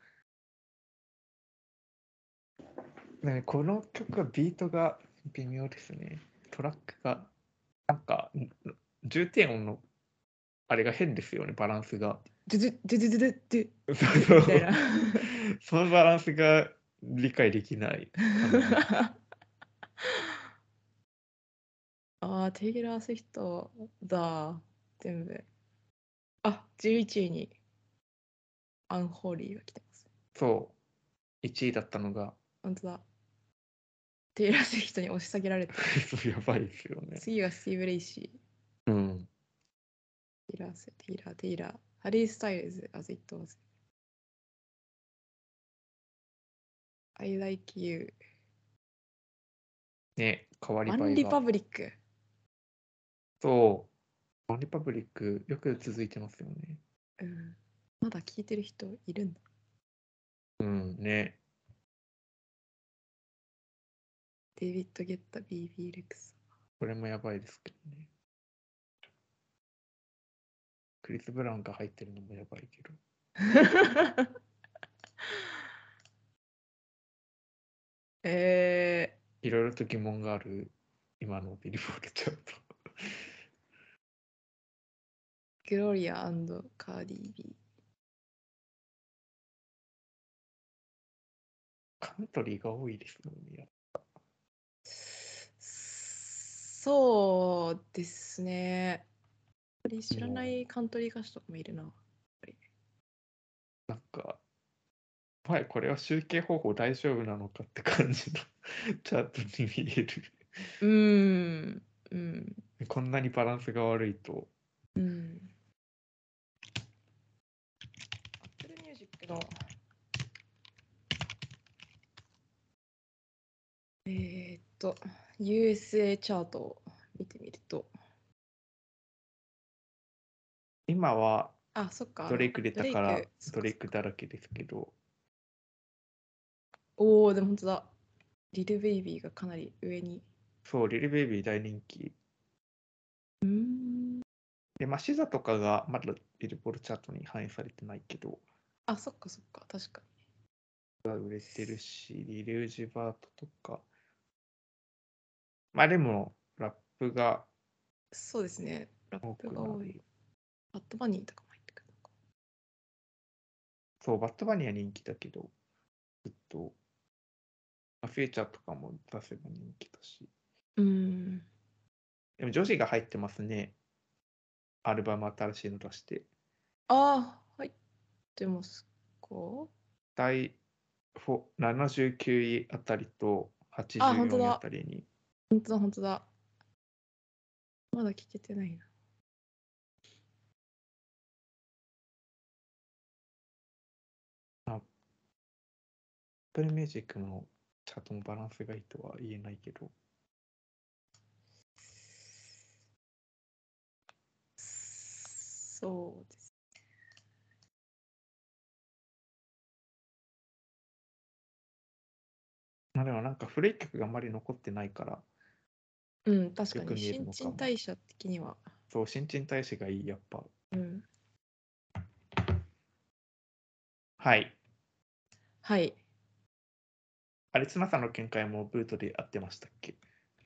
Speaker 1: ね、この曲はビートが微妙ですね。トラックが、なんか、重低音の、あれが変ですよね、バランスが。
Speaker 2: ででででででで
Speaker 1: そう
Speaker 2: み
Speaker 1: そ
Speaker 2: たい うな。
Speaker 1: そのバランスが理解できない。
Speaker 2: ああ、テイラー・スウィフトだ。全部。あ、11位にアンホーリーが来てます。
Speaker 1: そう。1位だったのが、
Speaker 2: 本当だ。テイラー・スウィフトに押し下げられた。
Speaker 1: そうやばいですよね。
Speaker 2: 次がスティーブ・レイシー。
Speaker 1: うん。
Speaker 2: テイラース、テイラー、テイラー、ハリー・スタイルズ、アズ・イット・ワズ。I like you.
Speaker 1: ね、変わり
Speaker 2: ワ
Speaker 1: 映
Speaker 2: ン・
Speaker 1: え
Speaker 2: リパ
Speaker 1: が。
Speaker 2: ブリック。
Speaker 1: そう。ワンリパブリック、よく続いてますよね。
Speaker 2: うん、まだ聞いてる人いるんだ。
Speaker 1: うん、ね。
Speaker 2: デイビッド・ゲッタ、BB ・レクス。
Speaker 1: これもやばいですけどね。クリス・ブラウンが入ってるのもやばいけど。
Speaker 2: え
Speaker 1: いろいろと疑問がある、今のビリボールチャート。
Speaker 2: ー、グロリアカーディ・ビ
Speaker 1: カントリーが多いですもんね。
Speaker 2: ー。そうですね。あまり知らないカントリー歌手とかもいるな。
Speaker 1: なんか、はい、これは集計方法大丈夫なのかって感じのチャートに見える。
Speaker 2: うーん。うん。
Speaker 1: こんなにバランスが悪いと。
Speaker 2: うん。Apple Music の。えーっと、USA チャートを見てみると。
Speaker 1: 今は
Speaker 2: あ、そっか。あの
Speaker 1: ドレイク出たから
Speaker 2: ドレイクそっか
Speaker 1: ドレイクだらけですけど、
Speaker 2: おお、でも本当だ。リルベイビーがかなり上に。
Speaker 1: そう、リルベイビー大人気。
Speaker 2: うーん。
Speaker 1: で、まあ、シザとかがまだビルボールチャートに反映されてないけど、
Speaker 2: あ、そっかそっか。確か
Speaker 1: 売れてるし、リルージバートとか。まあでも、ラップが
Speaker 2: に。そうですね。ラッ
Speaker 1: 多
Speaker 2: プ
Speaker 1: く
Speaker 2: が
Speaker 1: な
Speaker 2: 多
Speaker 1: る
Speaker 2: い。。バッドバニーとかも入ってくるのか。
Speaker 1: そう、バットバニーは人気だけど、ずっと、まあ、フューチャーとかも出せば人気だし。
Speaker 2: うーん。
Speaker 1: でも、女子が入ってますね。アルバム新しいの出して。
Speaker 2: ああ、入ってますか
Speaker 1: 第4 79位あたりと
Speaker 2: あ本当
Speaker 1: 84位
Speaker 2: だ
Speaker 1: あたりに。
Speaker 2: 本当だ本当だ。まだ聞けてないな。
Speaker 1: Apple Music のチャートのバランスがいいとは言えないけど。
Speaker 2: そうです。
Speaker 1: まあでもなんか古い曲があまり残ってないから、
Speaker 2: うん、確
Speaker 1: よ
Speaker 2: か
Speaker 1: く
Speaker 2: に。
Speaker 1: 見えるの
Speaker 2: 新
Speaker 1: かも
Speaker 2: 陳代謝的には。
Speaker 1: そう、新陳代謝がいい、やっぱ。
Speaker 2: うん。
Speaker 1: はい。
Speaker 2: はい。
Speaker 1: あれ、妻さんの見解もブートで合ってましたっけ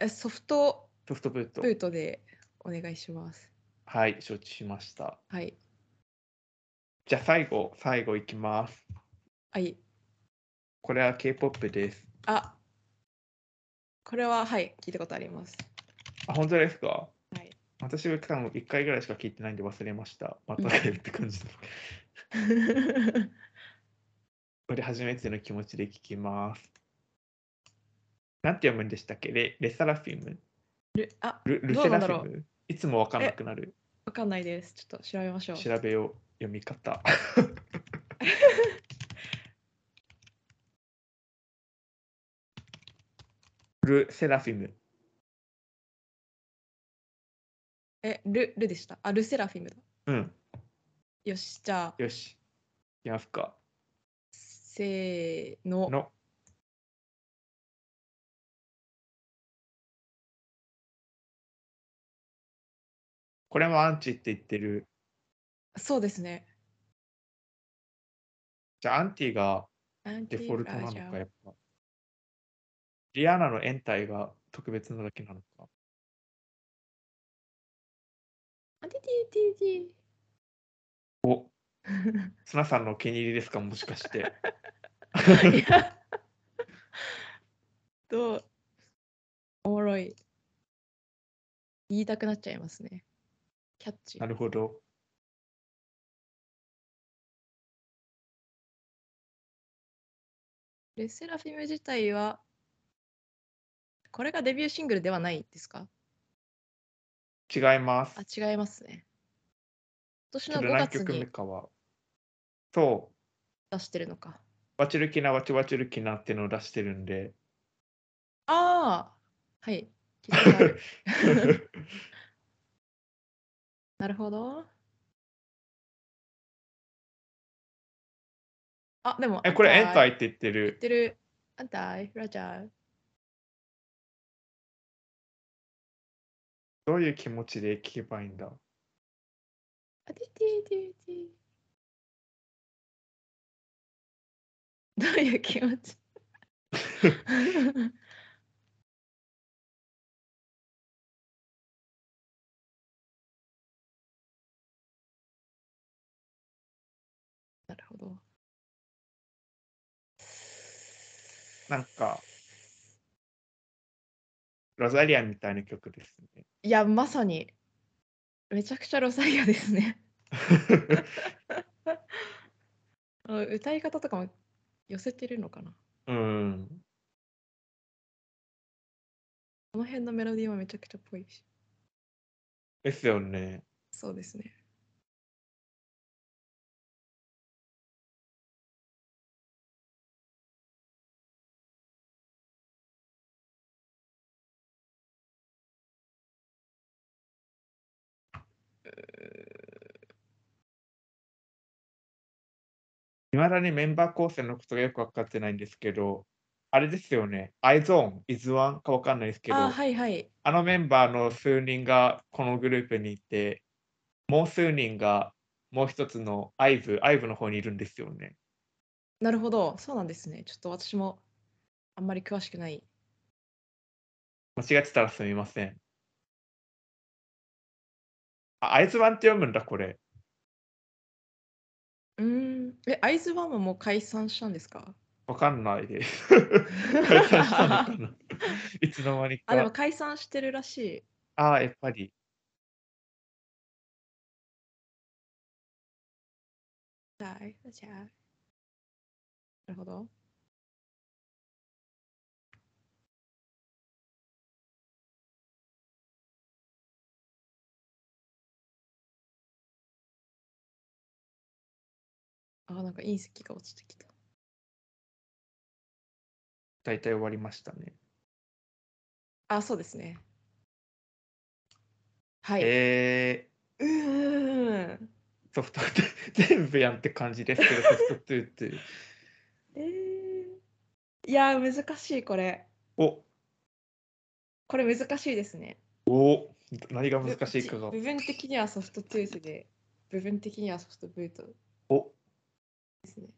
Speaker 2: えソフト
Speaker 1: ソフトブート
Speaker 2: ブ。ートでお願いします。
Speaker 1: はい、承知しました。
Speaker 2: はい。
Speaker 1: じゃあ最後、最後いきます。
Speaker 2: はい。
Speaker 1: これは K-POP です。
Speaker 2: あこれははい、聞いたことあります。
Speaker 1: あ、本当ですか
Speaker 2: はい。
Speaker 1: 私は多分1回ぐらいしか聞いてないんで忘れました。また
Speaker 2: うん
Speaker 1: かよって感じです。これ初めての気持ちで聞きます。なんて読むんでしたっけレレサラフィム
Speaker 2: あ、
Speaker 1: ルル
Speaker 2: ど
Speaker 1: セ
Speaker 2: うな
Speaker 1: ラ
Speaker 2: ん
Speaker 1: フ
Speaker 2: だろ
Speaker 1: ィムいつもわかんなくなる。
Speaker 2: わかんないです。ちょっと調べましょう。
Speaker 1: 調べよう。読み方。ルセラフィム。
Speaker 2: え、ル、ルでした。あ、ルセラフィムだ。
Speaker 1: うん。
Speaker 2: よし、じゃあ、
Speaker 1: よし。いきますか。
Speaker 2: せーの。
Speaker 1: の。これもアンチって言ってる。
Speaker 2: そうですね。
Speaker 1: じゃあアンティがデフォルトなのかやっぱ。リアーナの延滞が特別なだけなのか。
Speaker 2: アンティティティテ
Speaker 1: お
Speaker 2: ィ。
Speaker 1: 綱さんのお気に入りですかもしかして。
Speaker 2: いやどうおもろい言いたくなっちゃいますねキャッチ
Speaker 1: なるほど。
Speaker 2: レセラフィム自体はこれがデビューシングルではないですか
Speaker 1: 違います
Speaker 2: あ。違いますね今
Speaker 1: そ
Speaker 2: 年
Speaker 1: れ
Speaker 2: の5
Speaker 1: 何
Speaker 2: 月
Speaker 1: 曲目
Speaker 2: に
Speaker 1: かは。そう。
Speaker 2: 出してるのか
Speaker 1: ワチュルキナワチュワチュルキナってのを出してるん で。
Speaker 2: ああはい聞いたことあるなるほどあでも
Speaker 1: え、これ延
Speaker 2: あ
Speaker 1: 滞って言って
Speaker 2: 言っ
Speaker 1: る。
Speaker 2: てる。あんたい、ラジャー。
Speaker 1: どういう気持ちで聞けばいいんだ
Speaker 2: あてててて。 どういう気持ち なるほど。
Speaker 1: なんか、ロザリアンみたいな曲ですね。
Speaker 2: いや、まさに、めちゃくちゃロサリアですね。あの歌い方とかも寄せてるのかな。
Speaker 1: うん。
Speaker 2: この辺のメロディーはめちゃくちゃっぽいし。
Speaker 1: ですよね。
Speaker 2: そうですね。
Speaker 1: いまだにメンバー構成のことがよく分かってないんですけど、あれですよね。iZone、IZONE か分かんないですけど、
Speaker 2: あー、はいはい。
Speaker 1: あのメンバーの数人がこのグループにいて、もう数人がもう一つの IVE、IVE の方にいるんですよね。
Speaker 2: なるほど。そうなんですね。ちょっと私もあんまり詳しくない。
Speaker 1: 間違ってたらすみません。あ、アイズワンって読むんだ、これ。
Speaker 2: うーん。え、アイズワンはもう解散したんですか
Speaker 1: わかんないです。解散したのか ないつの間に
Speaker 2: あ、でも
Speaker 1: か。
Speaker 2: 解散してるらしい。
Speaker 1: ああ、やっぱり。
Speaker 2: じゃあ、じゃあ。なるほど。あ、なんか隕石が落ちてきた。
Speaker 1: 大体終わりましたね。
Speaker 2: あ、そうですね。はい。
Speaker 1: え
Speaker 2: うーん。
Speaker 1: ー、ソフト 全部やんって感じですけど、ソフト2って。
Speaker 2: えー、いやー、難しい、これ。
Speaker 1: お
Speaker 2: これ難しいですね。
Speaker 1: お何が難しいかが
Speaker 2: 部。分的にはソフトトゥースで、部分的にはソフトブート
Speaker 1: お
Speaker 2: ですね。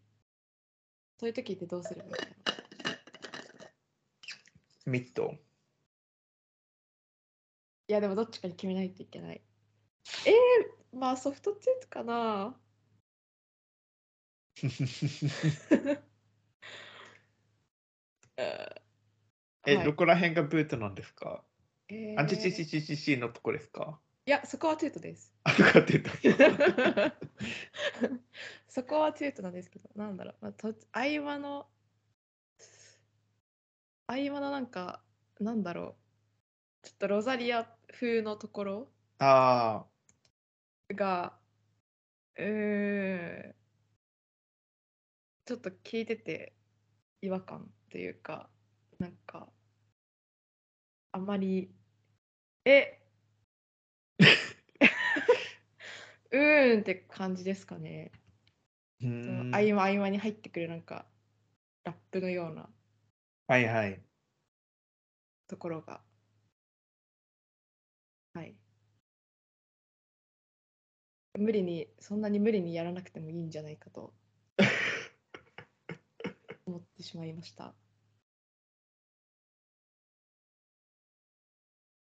Speaker 2: そういう時ってどうすればいいんだろう
Speaker 1: ミッド。
Speaker 2: いや、でもどっちかに決めないといけない。えー、まあソフトトゥース かな。 え
Speaker 1: え、
Speaker 2: はい
Speaker 1: どこら辺がブートなんですか
Speaker 2: えー
Speaker 1: アンチチチチチチのとこですか
Speaker 2: いや、そこはトゥートです。
Speaker 1: あとかって言った。
Speaker 2: そこはトゥートなんですけど、なんだろう、まあ、と合間の、合間のなんか、なんだろう、ちょっとロザリア風のところ
Speaker 1: ああ、
Speaker 2: が、うーん、ちょっと聞いてて違和感というか、なんか、あまり、え うーんって感じですかね。
Speaker 1: う
Speaker 2: そ
Speaker 1: ー
Speaker 2: の
Speaker 1: ん
Speaker 2: 合間合間に入ってくるなんか、ラップのような
Speaker 1: はいはい。
Speaker 2: ところが。はい。無理に、そんなに無理にやらなくてもいいんじゃないかと思ってしまいました。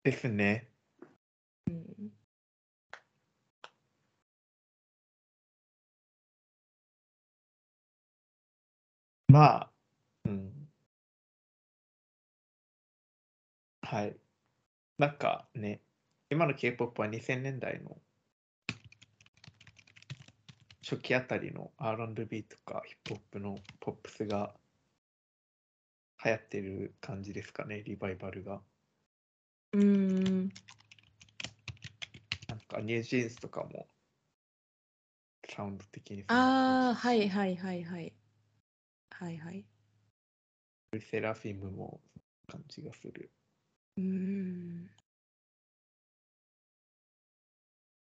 Speaker 1: ですね。
Speaker 2: うん
Speaker 1: まあ、うん。はい。なんかね、今の K-POP は2000年代の初期あたりの R&B とかヒップホップのポップスが流行ってる感じですかね、リバイバルが。
Speaker 2: うーん。
Speaker 1: なんかニュージーンズとかもサウンド的に
Speaker 2: ああ、はいはいはいはい。はいはい。
Speaker 1: い。セラフィムも感じがする。
Speaker 2: うーん。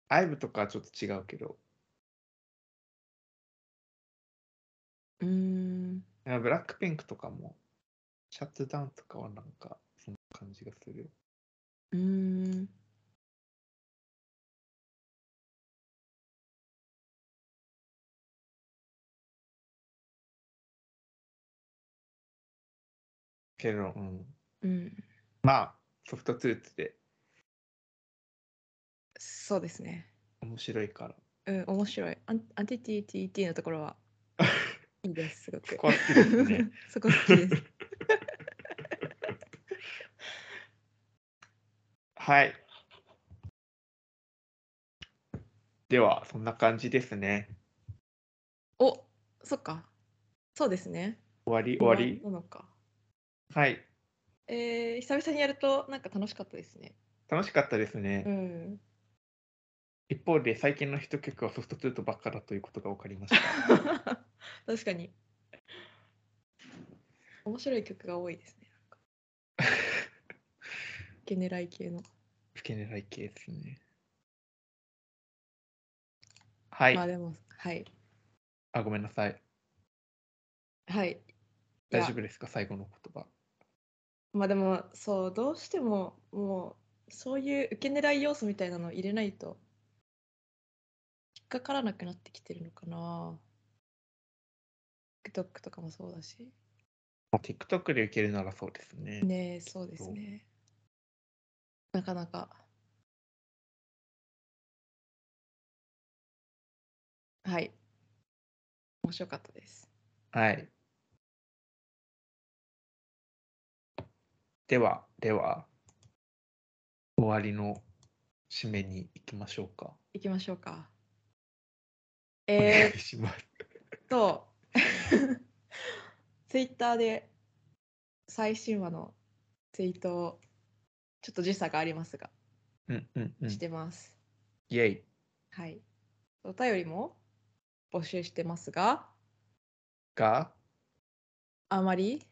Speaker 1: アイブとかはちょっと違うけど、
Speaker 2: うーん。
Speaker 1: なんかブラックピンクとかも、シャットダウンとかはなんか、そんな感じがする。
Speaker 2: うーん。
Speaker 1: けど、うん。
Speaker 2: うん。
Speaker 1: まあ、ソフトツーツで
Speaker 2: そうですね。
Speaker 1: 面白いから。
Speaker 2: うん、面白い。アンアンティティティティのところ はいいです、すご
Speaker 1: そ
Speaker 2: く。
Speaker 1: こは好きですね。
Speaker 2: そこ好きです。
Speaker 1: はい。では、そんな感じですね。
Speaker 2: おそっか。そうですね。
Speaker 1: 終わり、終わり。
Speaker 2: なのか。
Speaker 1: はい。
Speaker 2: えー、久々にやるとなんか楽しかったですね。
Speaker 1: 楽しかったですね。
Speaker 2: うん。
Speaker 1: 一方で、最近のヒット曲はソフトツーツばっかだということが分かりました。
Speaker 2: 確かに。面白い曲が多いですね。なんか ゲネライ系の。
Speaker 1: 付け狙い系ですね。はい。
Speaker 2: まあでも、はい。
Speaker 1: あ、ごめんなさい。
Speaker 2: はい。いや
Speaker 1: 大丈夫ですか最後の言葉。
Speaker 2: まあでも、そう、どうしても、もう、そういう受け狙い要素みたいなのを入れないと、引っかからなくなってきてるのかな。TikTok とかもそうだし。
Speaker 1: TikTok で受けるならそうですね。
Speaker 2: ねえ、そうですね。なかなか。はい。面白かったです。
Speaker 1: はい。では、では、終わりの締めに行きましょうか。
Speaker 2: 行きましょうか。
Speaker 1: お
Speaker 2: え
Speaker 1: 願いします。
Speaker 2: ーっと、ツイッターで最新話のツイートを、ちょっと時差がありますが、
Speaker 1: うんうんうん。
Speaker 2: し
Speaker 1: イ
Speaker 2: てます。
Speaker 1: ェイ。
Speaker 2: はい。お便りも募集してますが、
Speaker 1: が
Speaker 2: あまり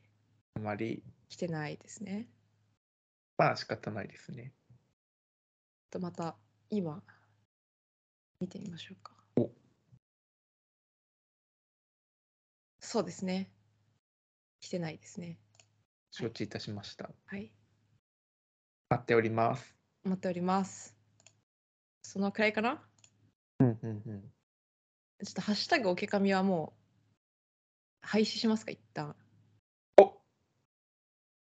Speaker 1: あまり、
Speaker 2: 来てないですね。
Speaker 1: まあ仕方ないですね。
Speaker 2: ちょっとまた今見てみましょうか。そうですね。来てないですね。
Speaker 1: 承知いたしました。
Speaker 2: はい。
Speaker 1: 待っております。
Speaker 2: 待っております。そのくらいかな
Speaker 1: うんうんうん。
Speaker 2: ちょっとハッシュタグおけかみはもう廃止しますか、一旦。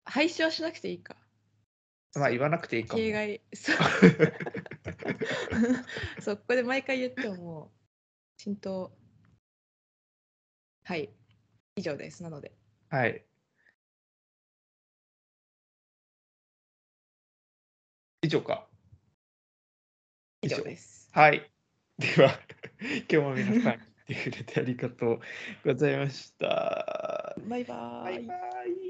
Speaker 2: 廃止はしなくていいか。
Speaker 1: まあ言わなくていいかも。
Speaker 2: 形骸そう そうここで毎回言ってももう浸透はい以上ですなので
Speaker 1: はい。以上か。
Speaker 2: 以上です。
Speaker 1: はい。 では、今日も皆さん、来てくれてありがとうございました。
Speaker 2: バイバー
Speaker 1: バイバイ。